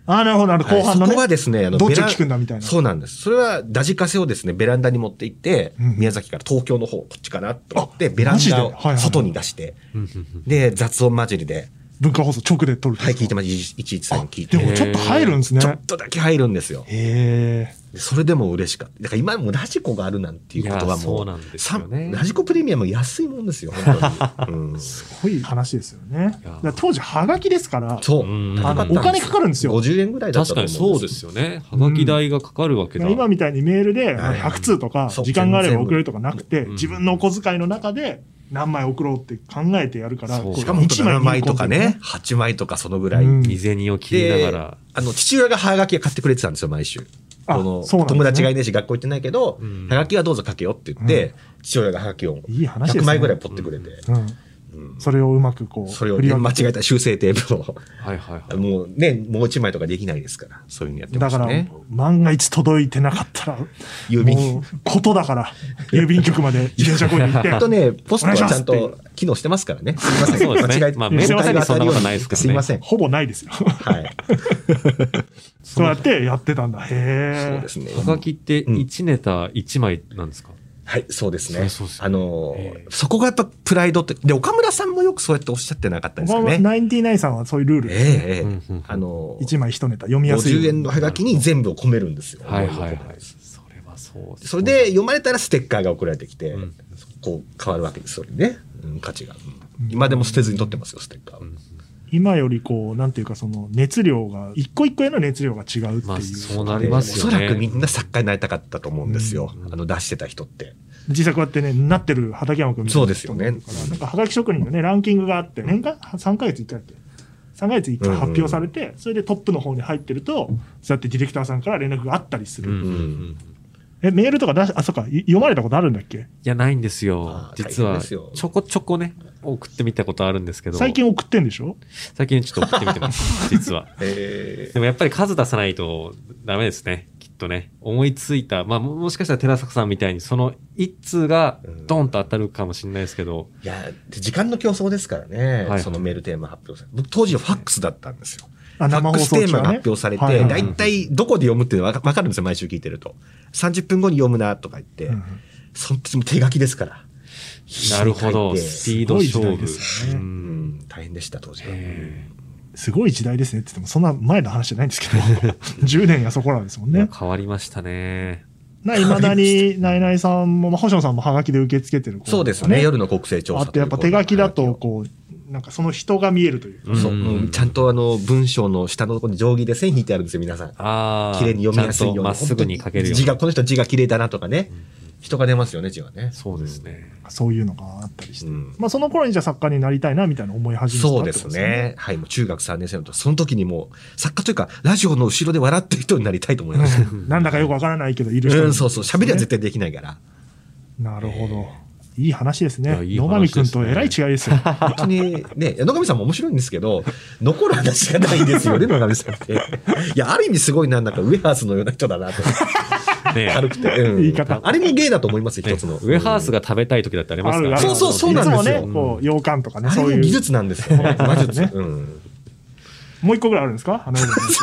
Speaker 2: あー、なるほど、なるほど。後半の
Speaker 4: はい
Speaker 2: ね。
Speaker 4: そこはですね、あの
Speaker 2: どっちを
Speaker 4: ベラン
Speaker 2: 聞くんだみたいな。
Speaker 4: そうなんです。それは、ラジカセをですね、ベランダに持って行って、
Speaker 2: うん
Speaker 4: 宮崎から東京の方、こっちかなと思って、ベラ
Speaker 2: マ
Speaker 4: ン
Speaker 2: ジで
Speaker 4: ダ
Speaker 2: はいはいは
Speaker 4: を
Speaker 2: い
Speaker 4: 外に出して、で、雑音混じりで、
Speaker 2: 文化放送直で撮る。
Speaker 4: はい、聞いてます。113聞い
Speaker 2: で
Speaker 4: て。
Speaker 2: もちょっと入るんですね
Speaker 4: ちょ。っとだけ入るんですよ。
Speaker 2: へえ。
Speaker 4: でそれでも嬉しかった。だから今もうラジコがあるなんていうこと
Speaker 3: い
Speaker 4: はもう、
Speaker 3: やそうなんですよね
Speaker 4: さラジコプレミアム安いもんですよ、本当に。 うん、
Speaker 2: すごい話ですよね。だ
Speaker 3: や
Speaker 2: から当時、ハガキですから、
Speaker 4: そう
Speaker 3: うん。
Speaker 4: 高ったん
Speaker 2: お金かかるんですよ
Speaker 4: 50円ぐらいだった
Speaker 3: 確
Speaker 4: と思
Speaker 3: か
Speaker 4: う
Speaker 3: に
Speaker 4: んです
Speaker 3: そうですよね。はがき代がかかるわけだ。
Speaker 2: 今みたいにメールで
Speaker 4: はい
Speaker 2: 100通とか
Speaker 4: そう
Speaker 2: 時間があれば送れるとかなくて
Speaker 3: 全然
Speaker 2: 自分のお小遣いの中で何枚送ろうって考えてやるから
Speaker 3: そう
Speaker 2: こう
Speaker 4: しかも本当
Speaker 2: 一
Speaker 4: 7枚とか
Speaker 2: 見る
Speaker 4: ね、8枚とかそのぐらい。
Speaker 2: うん
Speaker 3: 身銭を切りなが
Speaker 4: で
Speaker 3: ら。、
Speaker 4: あの、父親がハガキを買ってくれてたんですよ、毎週。
Speaker 2: あ
Speaker 4: この、
Speaker 2: そうなんですね
Speaker 4: 友達がいねえし、学校行ってないけど
Speaker 3: うん、
Speaker 4: ハガキはどうぞ書けよって言って、父親がハガキを
Speaker 2: いい話ですね
Speaker 4: 100枚ぐらいポってくれて、
Speaker 2: コンテンツねそれをうまくこう、
Speaker 4: それを
Speaker 2: 振り分
Speaker 4: 間違
Speaker 2: けて
Speaker 4: えた修正テープを、
Speaker 3: はいはいはい。
Speaker 4: もうね、もう一枚とかできないですから、そういうのやってま
Speaker 2: だ
Speaker 4: し
Speaker 2: か
Speaker 4: た
Speaker 2: ら
Speaker 4: ね。、
Speaker 2: 万が一届いてなかったら、
Speaker 4: 郵
Speaker 2: も
Speaker 4: 便
Speaker 2: う、ことだから、郵便局まで自転車こいに行って。
Speaker 4: あとね、ポストはちゃん
Speaker 2: お願いし
Speaker 4: と機能してますからね。すみません。
Speaker 3: そうですね
Speaker 4: 間違え
Speaker 3: まあ
Speaker 2: メーカーに
Speaker 4: 当たるよう
Speaker 3: そんなことないですからね
Speaker 4: すみません。
Speaker 2: ほぼないですよ。
Speaker 4: はい。
Speaker 2: そうやってやってたんだ。
Speaker 4: そう
Speaker 2: へ
Speaker 4: ですね。
Speaker 3: はがきって
Speaker 4: うん
Speaker 3: 1ネタ1枚なんですか、
Speaker 4: はい、そうです
Speaker 3: そり
Speaker 4: ね。
Speaker 3: ゃそうですよ
Speaker 4: あのー
Speaker 3: ええ
Speaker 4: そこがやっぱプライドって、で、岡村さんもよくそうやっておっしゃってなかった
Speaker 2: え。
Speaker 4: んです
Speaker 2: まあ
Speaker 4: よ
Speaker 2: まあ
Speaker 4: ね。
Speaker 2: ナインティナインさんはそういうルール
Speaker 4: ええ
Speaker 2: で、
Speaker 4: ええ
Speaker 3: うんうんうん
Speaker 4: あのー
Speaker 2: 一枚一ネタ読みやすいよう
Speaker 4: 50
Speaker 2: に。
Speaker 4: 円のハガキに全部を込めるんですよ。
Speaker 3: はいはいはい。
Speaker 4: そ
Speaker 3: それはそう
Speaker 4: うそれで、読まれたらステッカーが送られてきて、
Speaker 3: うん
Speaker 4: こう変わるわけです、それね。うん、価値が、うん今でも捨てずに取ってますよ、ステッカーは。
Speaker 3: うん
Speaker 2: 今よりこう、なんていうかその熱量が、一個一個への熱量が違うって
Speaker 3: まあ
Speaker 2: い。
Speaker 3: そううなりますよね。
Speaker 4: おそらくみんな作家になりたかったと思うんですよ。
Speaker 3: うん
Speaker 4: あの出してた人って。
Speaker 2: 実際こうやってね、なってる畠山君みたいな人もいるか
Speaker 4: そうですよ
Speaker 2: ら
Speaker 4: ね
Speaker 2: なんかハガキ職人のね、ランキングがあって、年間3ヶ月1回だっけ ?3 ヶ月1回発表されて、それでトップの方に入ってると、そうやってディレクターさんから連絡があったりす
Speaker 3: う
Speaker 2: る。
Speaker 3: んうんうん
Speaker 2: え、メールとか出し、あ、そっか、い読まれたことあるんだっけ
Speaker 3: いや、ないんですよ
Speaker 4: あ。ー
Speaker 3: 実
Speaker 4: 大変
Speaker 3: は、
Speaker 4: です
Speaker 3: ち
Speaker 4: よ
Speaker 3: ょこちょこね、送ってみたことあるんですけど、
Speaker 2: 最近送ってんでしょ
Speaker 3: 最近ちょっと送ってみて ます、実は。
Speaker 4: え
Speaker 3: でもやっぱり数出さないとダメですね。きっとね。思いついた。まあももしかしたら寺坂さんみたいにその一通がドンと当たるかもしれないですけど。
Speaker 4: いや、で時間の競争ですからね、
Speaker 3: はい
Speaker 4: そのメールテーマ発表され僕当時はファックスだったんですよ。
Speaker 2: あ、
Speaker 4: ファ
Speaker 2: 生放
Speaker 4: ックス
Speaker 2: 送
Speaker 4: テー
Speaker 2: 中
Speaker 4: マ
Speaker 2: は
Speaker 4: が
Speaker 2: ね
Speaker 4: 発。表されて、
Speaker 2: はいはい
Speaker 4: 大体どこで読むっていうのはわかるんですよ、毎週聞いてると。30分後に読むなとか言って、
Speaker 2: うん
Speaker 4: そん時も手書きですから。
Speaker 3: なるほど。
Speaker 4: 必
Speaker 3: ス
Speaker 4: 死に書いて
Speaker 3: ピード勝
Speaker 2: すごい時代
Speaker 3: 負。
Speaker 2: ですよね
Speaker 3: う
Speaker 4: うんん、大変でした、当時は。
Speaker 3: え
Speaker 2: すごい時代ですねって言っても、そんな前の話じゃないんですけど、10年や そこらですもん
Speaker 3: え
Speaker 2: ね。
Speaker 3: 変わりましたね。
Speaker 2: な、いまだに、ナイナイさんも、まあ、星野さんもハガキで受け付けてる、
Speaker 4: そうですね、。夜の国勢調査
Speaker 2: あとやっぱ手書きだと、こう、なんかその人が見えるというか。
Speaker 3: ん
Speaker 4: そう、うんちゃんとあの、文章の下のところに定規で線引いてあるんですよ、皆さん。
Speaker 3: ああ。
Speaker 4: 綺麗に読みやすいよう
Speaker 3: ちゃんと
Speaker 4: に。
Speaker 3: まっすぐに書けるように。
Speaker 4: 字が、この人字が綺麗だなとかね
Speaker 3: ん。
Speaker 4: 人が出ますよね、字はね。
Speaker 3: そうですね。
Speaker 2: そういうのがあったりして。
Speaker 4: うん
Speaker 2: まあその頃にじゃあ作家になりたいなみたいな思い始めたって
Speaker 4: そ
Speaker 2: こ
Speaker 4: う
Speaker 2: と
Speaker 4: です。ね。はい、もう中学3年生の時、その時にもう、作家というか、ラジオの後ろで笑ってる人になりたいと思いました。
Speaker 2: なんだかよくわからないけど、いる人、
Speaker 4: うん、そうそう。喋りは絶対できないから。
Speaker 2: なるほど。いい話です
Speaker 3: い
Speaker 2: ね
Speaker 3: や。いい
Speaker 2: 野上
Speaker 3: 話
Speaker 2: く
Speaker 3: ですね
Speaker 2: んとえらい違いですよ。
Speaker 4: 本当に、ね、 野上さんも面白いんですけど、残る話がないんですよね、野上さ んって。いや、ある意味すごいなんだか、ウェハースのような人だなと。
Speaker 3: ねえ
Speaker 4: 軽くて。うん
Speaker 2: 言い方
Speaker 4: あれも芸だと思います、
Speaker 3: ね
Speaker 4: 一つの。
Speaker 3: ウェハースが食べたい時だってありますからね。
Speaker 4: そうそうそうなんですよ
Speaker 2: いつもね、こう、洋館とかね、
Speaker 4: あれ
Speaker 2: そう
Speaker 4: も
Speaker 2: いう。
Speaker 4: 技術なんですよね。魔術。
Speaker 2: ね
Speaker 4: うん。
Speaker 2: もう一個ぐらいあるんですか花嫁の話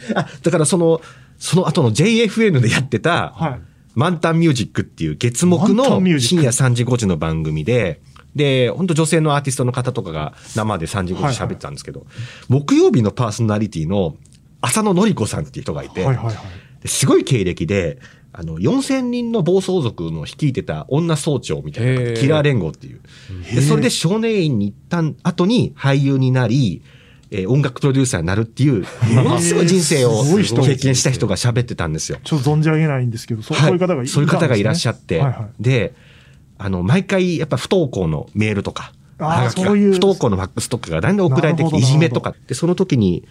Speaker 4: あ、だからその、その後の JFN でやってた、
Speaker 2: はい。
Speaker 4: 満タンミュージックっていう月木
Speaker 2: 満タンミュー
Speaker 4: の
Speaker 2: ジッ
Speaker 4: 深
Speaker 2: ク
Speaker 4: 夜3時5時の番組で、で、本当女性のアーティストの方とかが生で3時5時喋ってたんですけど、木曜日のパーソナリティの浅野紀子さんっていう人がいて、
Speaker 2: はいはいはい。
Speaker 4: ですごい経歴で、あの、4000人の暴走族の率いてた女総長みたい
Speaker 3: へー
Speaker 4: な、キラー連合っていう。
Speaker 2: へー
Speaker 4: で、それで少年院に行った後に俳優になり、えー音楽プロデューサーになるっていう、ものすごい人生を
Speaker 2: すごい人
Speaker 4: 経験した人が喋ってたんですよ。
Speaker 2: ちょっと存じ上げないんですけど、そ,、
Speaker 4: は
Speaker 2: ういう方がい
Speaker 4: そういう方がいらっしゃって、
Speaker 2: はいはい
Speaker 4: で、あの、毎回やっぱ不登校のメールとか、
Speaker 2: あー
Speaker 4: はがきが
Speaker 2: そういう
Speaker 4: 不登校のファックスとかがだんだん送られて
Speaker 2: なるほ
Speaker 4: き
Speaker 2: ど
Speaker 4: て、いじめとかって、その時に、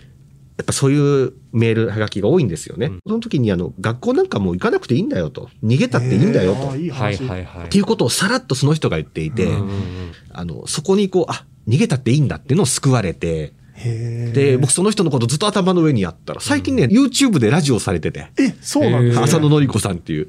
Speaker 4: やっぱそういうメール、はがきが多いんですよね。その時に、あの、学校なんかもう行かなくていいんだよと。逃げたっていいんだよ
Speaker 2: へーあ
Speaker 4: と。
Speaker 2: ー
Speaker 4: っ
Speaker 2: いい
Speaker 3: はい
Speaker 2: 話。
Speaker 3: はいはい。
Speaker 4: ていうことをさらっとその人が言っていて、
Speaker 3: うんうんうん
Speaker 4: あの、そこにこう、あ、逃げたっていいんだっていうのを救われて、
Speaker 2: へー
Speaker 4: で、僕その人のことずっと頭の上にあったら、最近ね、YouTube でラジオされてて、
Speaker 2: え、そうなんです
Speaker 3: へー
Speaker 2: か
Speaker 4: 浅野のり子さんっていう。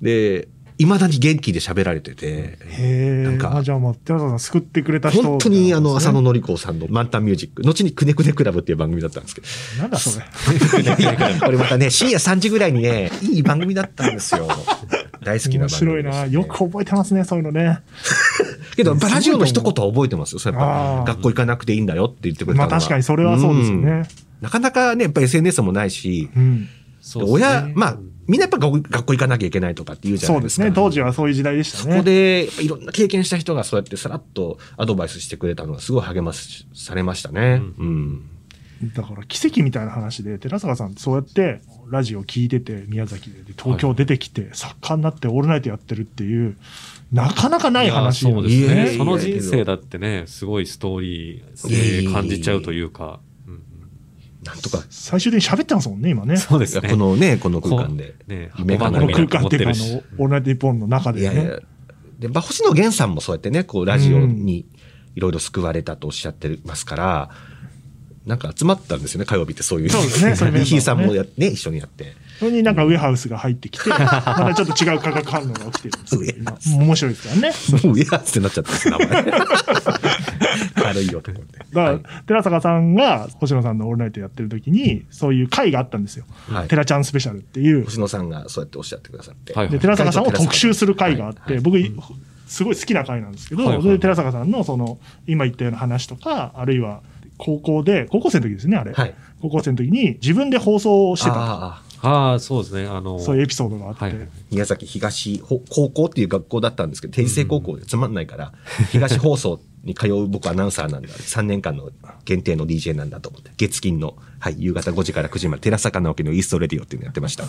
Speaker 4: で、いまだに元気で喋られてて、
Speaker 2: へえ。
Speaker 4: なんか
Speaker 2: まあじゃあ、まあ、寺田さん救ってくれた人、
Speaker 4: 本当にあの、浅野。のり子さんの満タンミュージック、後にくねくねクラブっていう番組だったんですけど、
Speaker 2: なんだそれ。
Speaker 4: これまたね、深夜3時ぐらいにね、いい番組だったんですよ。 大好きな
Speaker 2: 面
Speaker 4: 番
Speaker 2: 白
Speaker 4: 組
Speaker 2: い
Speaker 4: ですね、
Speaker 2: な。よく覚えてますね、そういうのね。
Speaker 4: けど、やっぱラジオの一言は覚えてますよ。そうやっ
Speaker 2: あー
Speaker 4: ぱ、学校行かなくていいんだよって言ってくれた
Speaker 2: ま
Speaker 4: の
Speaker 2: あ
Speaker 4: は
Speaker 2: 確かにそれはそうですよね。
Speaker 4: うんなかなかね、やっぱ SNS もないし、
Speaker 2: うん。
Speaker 3: そうですね
Speaker 4: 親、まあ、みんなやっぱ学校学校行かなきゃいけないとかって言うじゃな
Speaker 2: そ
Speaker 4: いうで
Speaker 2: ですす
Speaker 4: か。
Speaker 2: ね。当時はそういう時代でした
Speaker 4: そ
Speaker 2: ね。
Speaker 4: こで、やっぱいろんな経験した人がそうやってさらっとアドバイスしてくれたのがすごい励ましされましたね。うん。
Speaker 2: だから奇跡みたいな話で、寺坂さんってそうやって、ラジオ聞いてて、宮崎で、で東京出てきて、作家になってオールナイトやってるっていう、なかなかない話
Speaker 3: いやそうです
Speaker 4: いやいやい
Speaker 3: ね。
Speaker 4: や
Speaker 3: その人生だってね、すごいストーリー性感じちゃうというか。うん
Speaker 4: なんとか、
Speaker 2: 最終的に喋ってますもんね、今ね。
Speaker 3: そうですね。
Speaker 4: このね、この空間で
Speaker 3: こ。ね
Speaker 4: 夢
Speaker 3: こ
Speaker 4: か
Speaker 2: こ
Speaker 4: な
Speaker 2: の
Speaker 4: みた
Speaker 2: 空
Speaker 4: いな。
Speaker 2: 間っていうか、あ
Speaker 3: 思ってる
Speaker 2: の、オールナイトニッポンの中
Speaker 4: い
Speaker 2: で
Speaker 4: やい
Speaker 2: ね
Speaker 4: や。。で、まあ、星野源さんもそうやってね、こう、ラジオにいろいろ救われたとおっしゃってますから、なんか集まったんですよね、火曜日ってそういう。
Speaker 2: そうですねそういうメンバーもね
Speaker 4: イヒーさんもやね、一緒にやって。
Speaker 2: それになんかウェハウスが入ってきて、またちょっと違う化学反応が起きてるんですよ
Speaker 4: ウェハウ
Speaker 2: 今面白いですからね。
Speaker 4: もう、いやーってなっちゃったんです、名前。 軽い男って。
Speaker 2: だから、
Speaker 4: はい
Speaker 2: 寺坂さんが星野さんのオールナイトやってる時に、そういう会があったんですよ。
Speaker 4: はい
Speaker 2: 寺ちゃんスペシャルっていう。
Speaker 4: 星野さんがそうやっておっしゃってくださって。
Speaker 3: はい
Speaker 2: で、寺坂さんを特集する会があって、
Speaker 4: はい
Speaker 2: 僕、すごい好きな会なんですけど、
Speaker 3: はいはい
Speaker 2: それで寺坂さんのその、今言ったような話とか、あるいは、高校で、高校生の時ですね、あれ。
Speaker 4: はい
Speaker 2: 高校生の時に自分で放送をしてた。
Speaker 4: あー
Speaker 3: ああ、そうですね。あの、
Speaker 2: そういうエピソードがあって。
Speaker 3: はいはい
Speaker 4: 宮崎東ほ高校っていう学校だったんですけど、天聖高校でつまんないから、東放送に通う僕アナウンサーなんだ。3年間の限定の DJ なんだと思って、月金の、はい、夕方5時から9時まで、寺坂直樹のイーストレディオっていうのやってました。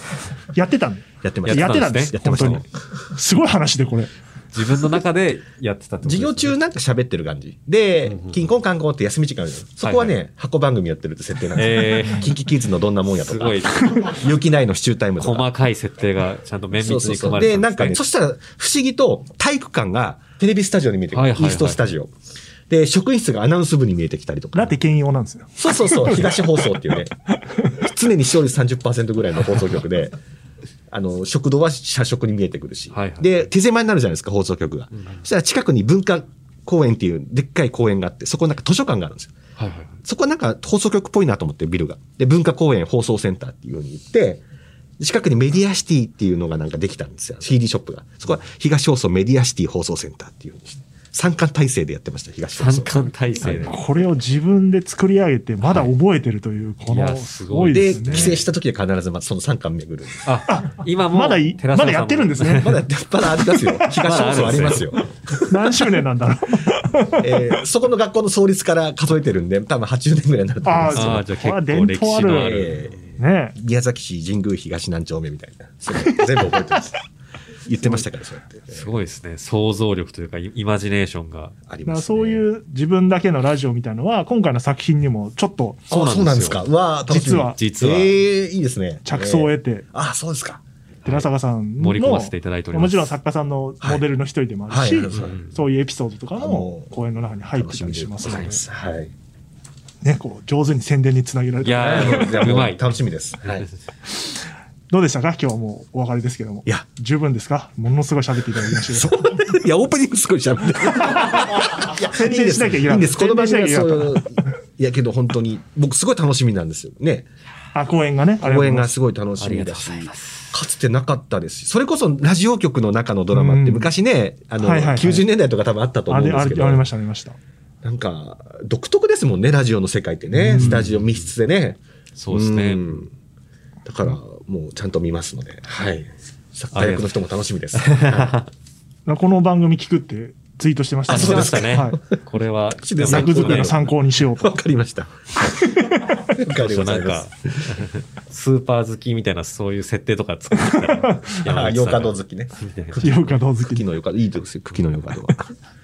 Speaker 2: やってたん
Speaker 4: やってました。
Speaker 2: やってたんです。
Speaker 4: やってました
Speaker 2: 本当に。すごい話で、これ。
Speaker 3: 自分の中でやってたってことです
Speaker 4: 授
Speaker 3: ね
Speaker 4: 業中なんか喋ってる感じ。で
Speaker 3: うんうん、
Speaker 4: 金婚観光って休み時間あるじゃんそこはね、
Speaker 3: は
Speaker 4: 箱番組やってるって設定なんですよ。
Speaker 3: え
Speaker 4: キンキキッズのどんなもん
Speaker 3: ー、
Speaker 4: やと
Speaker 3: す
Speaker 4: か
Speaker 3: ごい、、
Speaker 4: 有機内のシチュータイムとか。
Speaker 3: 細かい設定がちゃんと綿密
Speaker 4: そうそ
Speaker 3: に
Speaker 4: うそ
Speaker 3: 組
Speaker 4: う
Speaker 3: まれて
Speaker 4: で、なん
Speaker 3: た
Speaker 4: か
Speaker 3: ん
Speaker 4: ね、
Speaker 3: です
Speaker 4: そ
Speaker 3: ね。
Speaker 4: したら不思議と体育館がテレビスタジオに見えてくる。
Speaker 3: はいはいはい
Speaker 4: イーストスタジオ。で、職員室がアナウンス部に見えてきたりとか。
Speaker 2: ラテ兼用なんですよ。
Speaker 4: そうそうそう、東放送っていうね。常に視聴率30%ぐらいの放送局で、あの、食堂は社食に見えてくるし。
Speaker 3: はいはい
Speaker 4: で、手狭になるじゃないですか、放送局が。そしたら近くに文化公園っていうでっかい公園があって、そこなんか図書館があるんですよ。
Speaker 3: はいはい。
Speaker 4: そこはなんか放送局っぽいなと思って、ビルが。で、文化公園放送センターっていう風に行って、近くにメディアシティっていうのがなんかできたんですよ。CD ショップが。そこは東放送メディアシティ放送センターっていう風にして。三冠体制でやってました、東放送。
Speaker 3: 三冠体制で。
Speaker 2: これを自分で作り上げて、まだ覚えてるという、こ
Speaker 3: い
Speaker 2: の、
Speaker 3: や
Speaker 2: す
Speaker 3: す
Speaker 2: ご
Speaker 3: ご
Speaker 2: い
Speaker 3: い
Speaker 2: で
Speaker 4: で、
Speaker 2: すね。
Speaker 4: 帰省した時は必ずまその三冠巡る。
Speaker 3: あ、今も、
Speaker 2: まだい
Speaker 3: 寺澤
Speaker 2: ま
Speaker 3: さ
Speaker 2: だやってるんですね
Speaker 4: まだ、まだありま すよ。東放送ありますよ。
Speaker 2: 何周年なんだろう。
Speaker 4: えーそこの学校の創立から数えてるんで、多分80年ぐらいになると思いますよ。
Speaker 2: あ
Speaker 3: あ
Speaker 2: ー
Speaker 3: あ、じゃ
Speaker 2: これは
Speaker 3: あ結構歴史のあ
Speaker 2: 伝
Speaker 3: る。
Speaker 4: えー
Speaker 2: ねえ
Speaker 4: 宮崎市神宮東南丁目みたいな。それ全部覚え てます。言ってましたから、そうやって。
Speaker 3: すごいですね。想像力というか、イイマジネーション が。
Speaker 4: あり
Speaker 2: だか
Speaker 4: ま
Speaker 2: ら
Speaker 4: す、
Speaker 2: そういう自分だけのラジオみたいのは、今回の作品にもちょっと
Speaker 4: あ。そうなんですか。うわあ、楽しみ
Speaker 2: 実は
Speaker 3: 実は
Speaker 4: ええいいですね。
Speaker 2: 着想を
Speaker 4: え
Speaker 2: 得て、
Speaker 4: ーあ、そうですか。
Speaker 2: 寺坂さんの、
Speaker 3: 盛り込ませていただいております
Speaker 2: もちろん作家さんのモデルの一人でもあるし、
Speaker 4: はいはいはい
Speaker 2: うんそういうエピソードとか
Speaker 4: あ
Speaker 2: も
Speaker 4: の
Speaker 2: 公演の中に入ってたりしますので、
Speaker 4: はい。
Speaker 2: ね、こう上手に宣伝につなげられ
Speaker 3: いや
Speaker 2: て、
Speaker 3: ー
Speaker 4: じゃあも
Speaker 3: うまい
Speaker 4: 楽しみです。はい。
Speaker 2: どうでしたか今日はもうお別れですけども。
Speaker 4: いや
Speaker 2: 十分ですかものすごい喋っていただきましたけど。
Speaker 4: いや、オープニングすごい喋って。いや、
Speaker 2: 宣伝しなきゃいけない
Speaker 4: いんです。この場所は
Speaker 2: 宣伝しなきゃいけ
Speaker 4: そう。いや、けど本当に、僕すごい楽しみなんですよね。
Speaker 2: あ、公演がね。
Speaker 4: 公演が
Speaker 2: あ
Speaker 4: すごい楽しみだし
Speaker 3: ありがとうござい、
Speaker 4: かつてなかったですし、それこそラジオ局の中のドラマっ
Speaker 2: う
Speaker 4: て
Speaker 2: ん
Speaker 4: 昔ね、あの、
Speaker 2: はいはいはい
Speaker 4: 90年代とか多分あったと思うん
Speaker 2: り
Speaker 4: で
Speaker 2: が
Speaker 4: す
Speaker 2: と
Speaker 4: け
Speaker 2: うございますあ
Speaker 4: ど
Speaker 2: れ、あり、ました、ありました。
Speaker 4: なんか、独特ですもんね、ラジオの世界ってね、スタジオ密室でね。
Speaker 3: そうですね。
Speaker 4: んだから、もうちゃんと見ますので、はい。作家役の人も楽しみです。は
Speaker 2: この番組聞くってツイートしてました
Speaker 3: あ、
Speaker 2: ね
Speaker 3: そうでしたね
Speaker 2: はい。。
Speaker 3: これは、
Speaker 4: 口で
Speaker 2: 作作りの参考にしよう
Speaker 4: いわ
Speaker 2: と。
Speaker 4: かりました。了解でござ
Speaker 3: ないん
Speaker 4: ま
Speaker 3: か
Speaker 4: す。、
Speaker 3: スーパー好きみたいな、そういう設定とか作ってきたら
Speaker 4: ああ、
Speaker 3: 山口
Speaker 4: 洋
Speaker 3: さんが
Speaker 4: 館堂好きね。
Speaker 3: みたいな
Speaker 2: ようかどう好き
Speaker 4: 茎
Speaker 2: に。
Speaker 4: の洋館、いいですよ、茎の洋館堂は。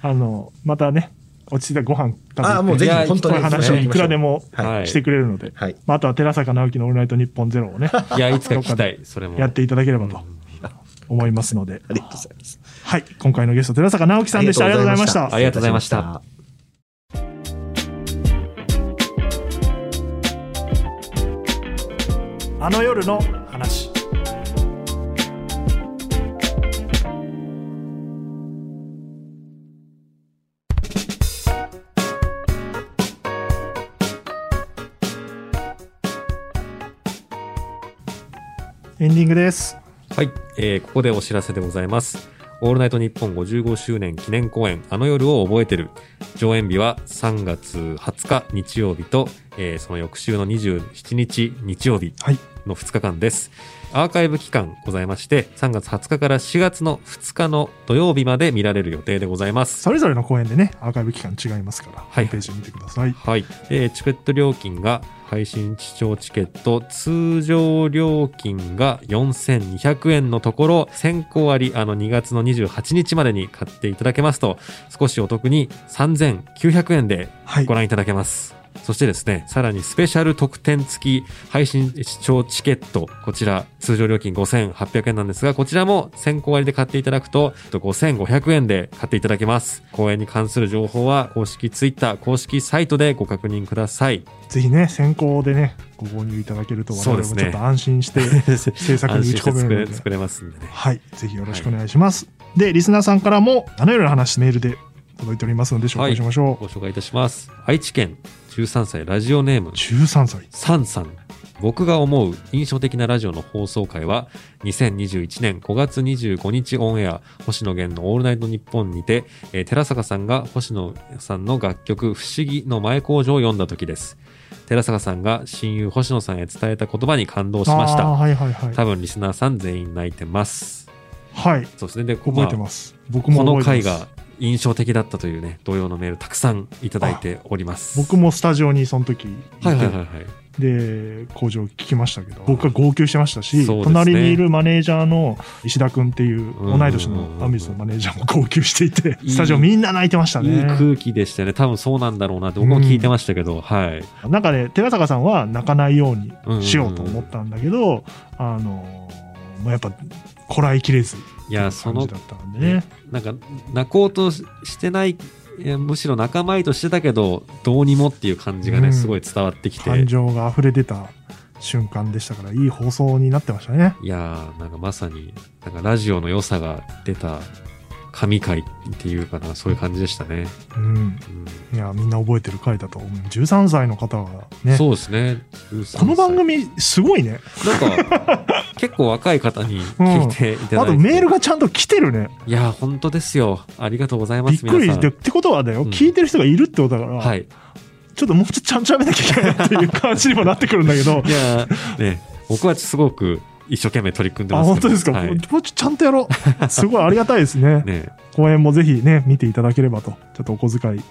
Speaker 2: あの、またね、落ち着いたご飯食べて
Speaker 4: ああ、もうぜ
Speaker 3: い
Speaker 4: ひ、
Speaker 3: や
Speaker 4: 本当
Speaker 2: こう
Speaker 4: に
Speaker 2: いう話をいくらでも
Speaker 4: は。
Speaker 3: はいい
Speaker 2: してくれるので、
Speaker 4: はい
Speaker 2: まあ、あとは寺坂直樹のオールナイトニッポンゼロをね、
Speaker 3: いや、いつか聞きたい、それも。
Speaker 2: やっていただければと思いますので、
Speaker 4: ありがとうございます。
Speaker 2: はい、今回のゲスト、寺坂直樹さんでした。ありがとうございました。
Speaker 3: ありがとうございました
Speaker 4: ありがとうございました。
Speaker 2: あの夜の話。エンディングです。
Speaker 3: はい、えーここでお知らせでございます。オールナイトニッポン55周年記念公演、あの夜を覚えてる。上演日は3月20日日曜日と、えーその翌週の27日日曜日
Speaker 2: はい
Speaker 3: の2日間です。アーカイブ期間ございまして、3月20日から4月の2日の土曜日まで見られる予定でございます。
Speaker 2: それぞれの公演でね、アーカイブ期間違いますから、ホー
Speaker 3: い
Speaker 2: ムページ見てください。
Speaker 3: はい、えーチケット料金が配信視聴チケット通常料金が4200円のところ先行ありあの2月の28日までに買っていただけますと少しお得に3900円で
Speaker 2: はい
Speaker 3: ご覧いただけます、そしてですね、さらにスペシャル特典付き配信視聴チケット、こちら通常料金5800円なんですが、こちらも先行割で買っていただくと、えっと5500円で買っていただけます。公演に関する情報は公式ツイッター、公式サイトでご確認ください。
Speaker 2: ぜひね、先行でね、ご購入いただけると、我
Speaker 3: そうで
Speaker 2: 々も
Speaker 3: すね
Speaker 2: ちょっと安心 して、制作に打ち込め
Speaker 3: 安心して作
Speaker 2: るの
Speaker 3: れ
Speaker 2: で。
Speaker 3: 作れますんでね。
Speaker 2: はい。ぜひよろしくお願いします。で、リスナーさんからも、あの夜の話、メールで届いておりますので、紹介しましょう。
Speaker 3: ご紹介いたします。愛知県13歳ラジオネーム
Speaker 2: 13歳。
Speaker 3: サンさん。僕が思う印象的なラジオの放送回は、2021年5月25日オンエア、星野源のオールナイトニッポンにて、えー寺坂さんが星野さんの楽曲、不思議の前工場を読んだ時です。寺坂さんが親友星野さんへ伝えた言葉に感動しまし
Speaker 2: あー
Speaker 3: た。
Speaker 2: はいはいはい。
Speaker 3: 多分リスナーさん全員泣いてます。
Speaker 2: はい。
Speaker 3: そうですね。で、
Speaker 2: 覚えてます。僕
Speaker 3: こ
Speaker 2: も
Speaker 3: の
Speaker 2: 覚え
Speaker 3: 回
Speaker 2: てます
Speaker 3: が。印象的だったというね、同様のメールたくさんいただいております。
Speaker 2: 僕もスタジオにその時いて、
Speaker 3: はいはいはいはい。
Speaker 2: で、工場聞きましたけど、僕は号泣してましたし、
Speaker 3: そうですね
Speaker 2: 隣にいるマネージャーの石田君っていう、同い年
Speaker 3: うんうんうんうん
Speaker 2: のアミューズのマネージャーも号泣していて、
Speaker 3: いい
Speaker 2: スタジオみんな泣いてましたね。
Speaker 3: いい空気でしたね。多分そうなんだろうなって僕も聞いてましたけど、はい。
Speaker 2: なんかね、寺坂さんは泣かないようにしようと思ったんだけど、あのー、もうやっぱ、こらえきれず、
Speaker 3: いや、その、
Speaker 2: 感じだったんでね。
Speaker 3: なんか、泣こうとししてない、いやむしろ仲間としてたけど、どうにもっていう感じがね、
Speaker 2: うん
Speaker 3: すごい伝わってきて。
Speaker 2: 感情が溢れ出た瞬間でしたから、いい放送になってましたね。
Speaker 3: いやー、なんかまさに、なんかラジオの良さが出た神回っていうかな、そういう感じでしたね。
Speaker 2: うん。
Speaker 3: うん
Speaker 2: いや、みんな覚えてる回だと思う。13歳の方がね、
Speaker 3: そうですね。
Speaker 2: この番
Speaker 3: 組
Speaker 2: 組、すごいね。
Speaker 3: なんか、結構若い方に聞いていただいて。
Speaker 2: あとメールがちゃんと来てるね。
Speaker 3: いやー、本当ですよ。ありがとうございま
Speaker 2: びっ
Speaker 3: す。
Speaker 2: くり
Speaker 3: 皆
Speaker 2: し
Speaker 3: さん
Speaker 2: て。ってことはだよ、
Speaker 3: うん
Speaker 2: 聞いてる人がいるってことだから、
Speaker 3: はい。
Speaker 2: ちょっともうちょっとちゃんと喋んなきゃいけないっていう感じにもなってくる んだけど
Speaker 3: い、やー、ね、僕はすごく一生懸命取り組んで
Speaker 2: あ、
Speaker 3: ます
Speaker 2: 本
Speaker 3: けど。
Speaker 2: 当ですか、
Speaker 3: はい
Speaker 2: もうちょっとちゃんとやろ う。すごいありがたいですね。
Speaker 3: ね、
Speaker 2: 公演もぜひね、見ていただければと、ちょっとお小遣い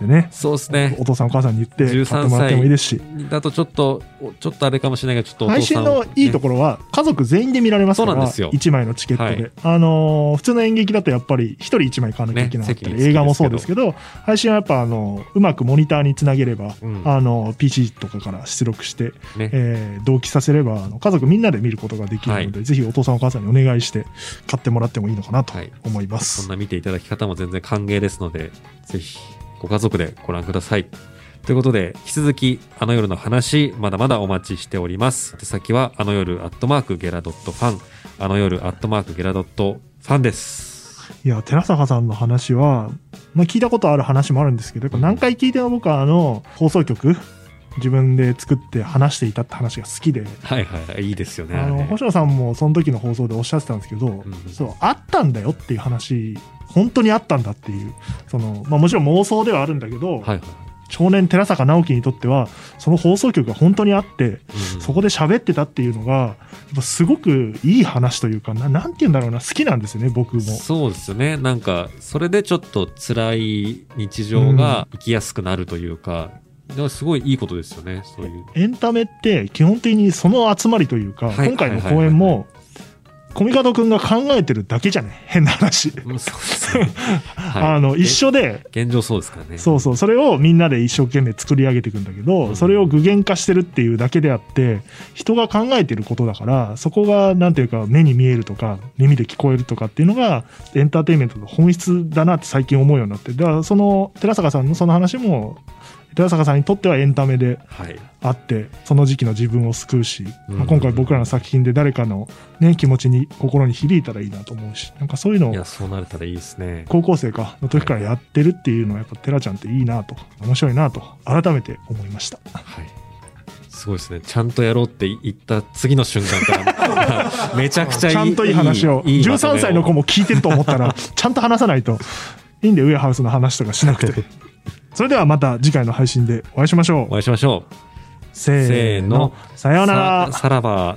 Speaker 2: でね、
Speaker 3: そうですね
Speaker 2: お。父さんお母さんに言って買
Speaker 3: 13
Speaker 2: ってもらってもいいですし、
Speaker 3: だとちょっと、おちょっとあれかもしれないけど、ちょっとお
Speaker 2: 配
Speaker 3: 父さ
Speaker 2: 信
Speaker 3: ん
Speaker 2: のいいと
Speaker 3: こ、
Speaker 2: ころは家族全員で見られますから、
Speaker 3: そうなんですよ
Speaker 2: 1枚のチケットで。
Speaker 3: は
Speaker 2: あのー普通の演劇だとやっぱり1人1枚買わなきゃいけなかったり、
Speaker 3: ね席につきですけど
Speaker 2: 映画もそうですけど、配信はやっぱあの、うまくモニターにつなげれば、
Speaker 3: うん
Speaker 2: あの、PC とかから出力して、
Speaker 3: ね
Speaker 2: えー同期させれば、あの家族みんなで見ることができるので、ぜひお父さんお母さんにお願いして買ってもらってもいいのかなと
Speaker 3: はい
Speaker 2: 思いま
Speaker 3: そん
Speaker 2: す。
Speaker 3: な見ていただき方も全然歓迎ですので、ぜひ、ご家族でご覧ください。ということで、引き続き、あの夜の話、まだまだお待ちしております。手先は、あの夜、アットマーク、ゲラドットファン。あの夜、アットマーク、ゲラドットファンです。
Speaker 2: いや、寺坂さんの話は、まあ、聞いたことある話もあるんですけど、やっぱ何回聞いても僕はあの、放送局、自分で作って話していたって話が好きで、
Speaker 3: はいはい、いいですよね。
Speaker 2: あの、
Speaker 3: れ
Speaker 2: 星野さんもその時の放送でおっしゃってたんですけど、
Speaker 3: ん
Speaker 2: そう、あったんだよっていう話、本当にあったんだっていう、その、まあもちろん妄想ではあるんだけど、
Speaker 3: はいはい。
Speaker 2: 少年寺坂直樹にとっては、その放送局が本当にあって、
Speaker 3: うん
Speaker 2: そこで喋ってたっていうのが、やっぱすごくいい話というかな、なんて言うんだろうな、好きなんですよね、僕も。
Speaker 3: そうですね。なんか、それでちょっと辛い日常が生きやすくなるというか、でもすごいいいことですよね。そういう。
Speaker 2: エンタメって基本的にその集まりというか、
Speaker 3: はい
Speaker 2: 今回の公演
Speaker 3: はい
Speaker 2: も、コミカドくんが考えてるだけじゃね変な話。
Speaker 3: うんそうで すね。はい
Speaker 2: あの、一。
Speaker 3: え
Speaker 2: 緒で、
Speaker 3: 現状そうですからね。
Speaker 2: そうそう、それをみんなで一生懸命作り上げていくんだけど、
Speaker 3: うん
Speaker 2: それを具現化してるっていうだけであって、人が考えてることだから、そこが、なんていうか、目に見えるとか、耳で聞こえるとかっていうのが、エンターテインメントの本質だなって最近思うようになって、だからその、寺坂さんのその話も、寺坂さんにとってはエンタメで、
Speaker 3: はい。
Speaker 2: あってその時期の自分を救うし、
Speaker 3: うん
Speaker 2: まあ、今回僕らの作品で誰かの、ね、気持ちに心に響いたらいいなと思うしなんかそういうの
Speaker 3: い
Speaker 2: を
Speaker 3: や、そうなれたらいいですね。
Speaker 2: 高校生かの時からやってるっていうのはやっぱ寺ちゃんっていいなと面白いなと改めて思いました
Speaker 3: はい。すごいですね。ちゃんとやろうって言った次の瞬間から、 めちゃくちゃいい。
Speaker 2: ちゃんといい話を
Speaker 3: いいいいまとめを
Speaker 2: 13歳の子も聞いてると思った らちゃんと話さないといいんでウェアハウスの話とかしなく てそれではまた次回の配信でお会いしましょ
Speaker 3: お
Speaker 2: う
Speaker 3: 会いしましょう。
Speaker 2: せーのさようなら
Speaker 3: ささらば、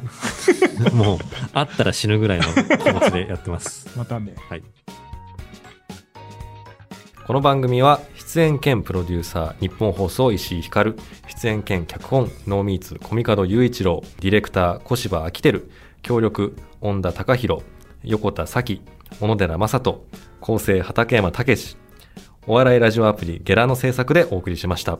Speaker 3: もう、会ったら死ぬぐらいの気持ちでやってます。
Speaker 2: またね
Speaker 3: はい。この番組は出演兼プロデューサー日本放送石井光出演兼脚本ノーミーツコミカド雄一郎ディレクター小芝昭輝協力恩田隆弘横田咲小野寺正人構成畠山武史お笑いラジオアプリゲラの制作でお送りしました。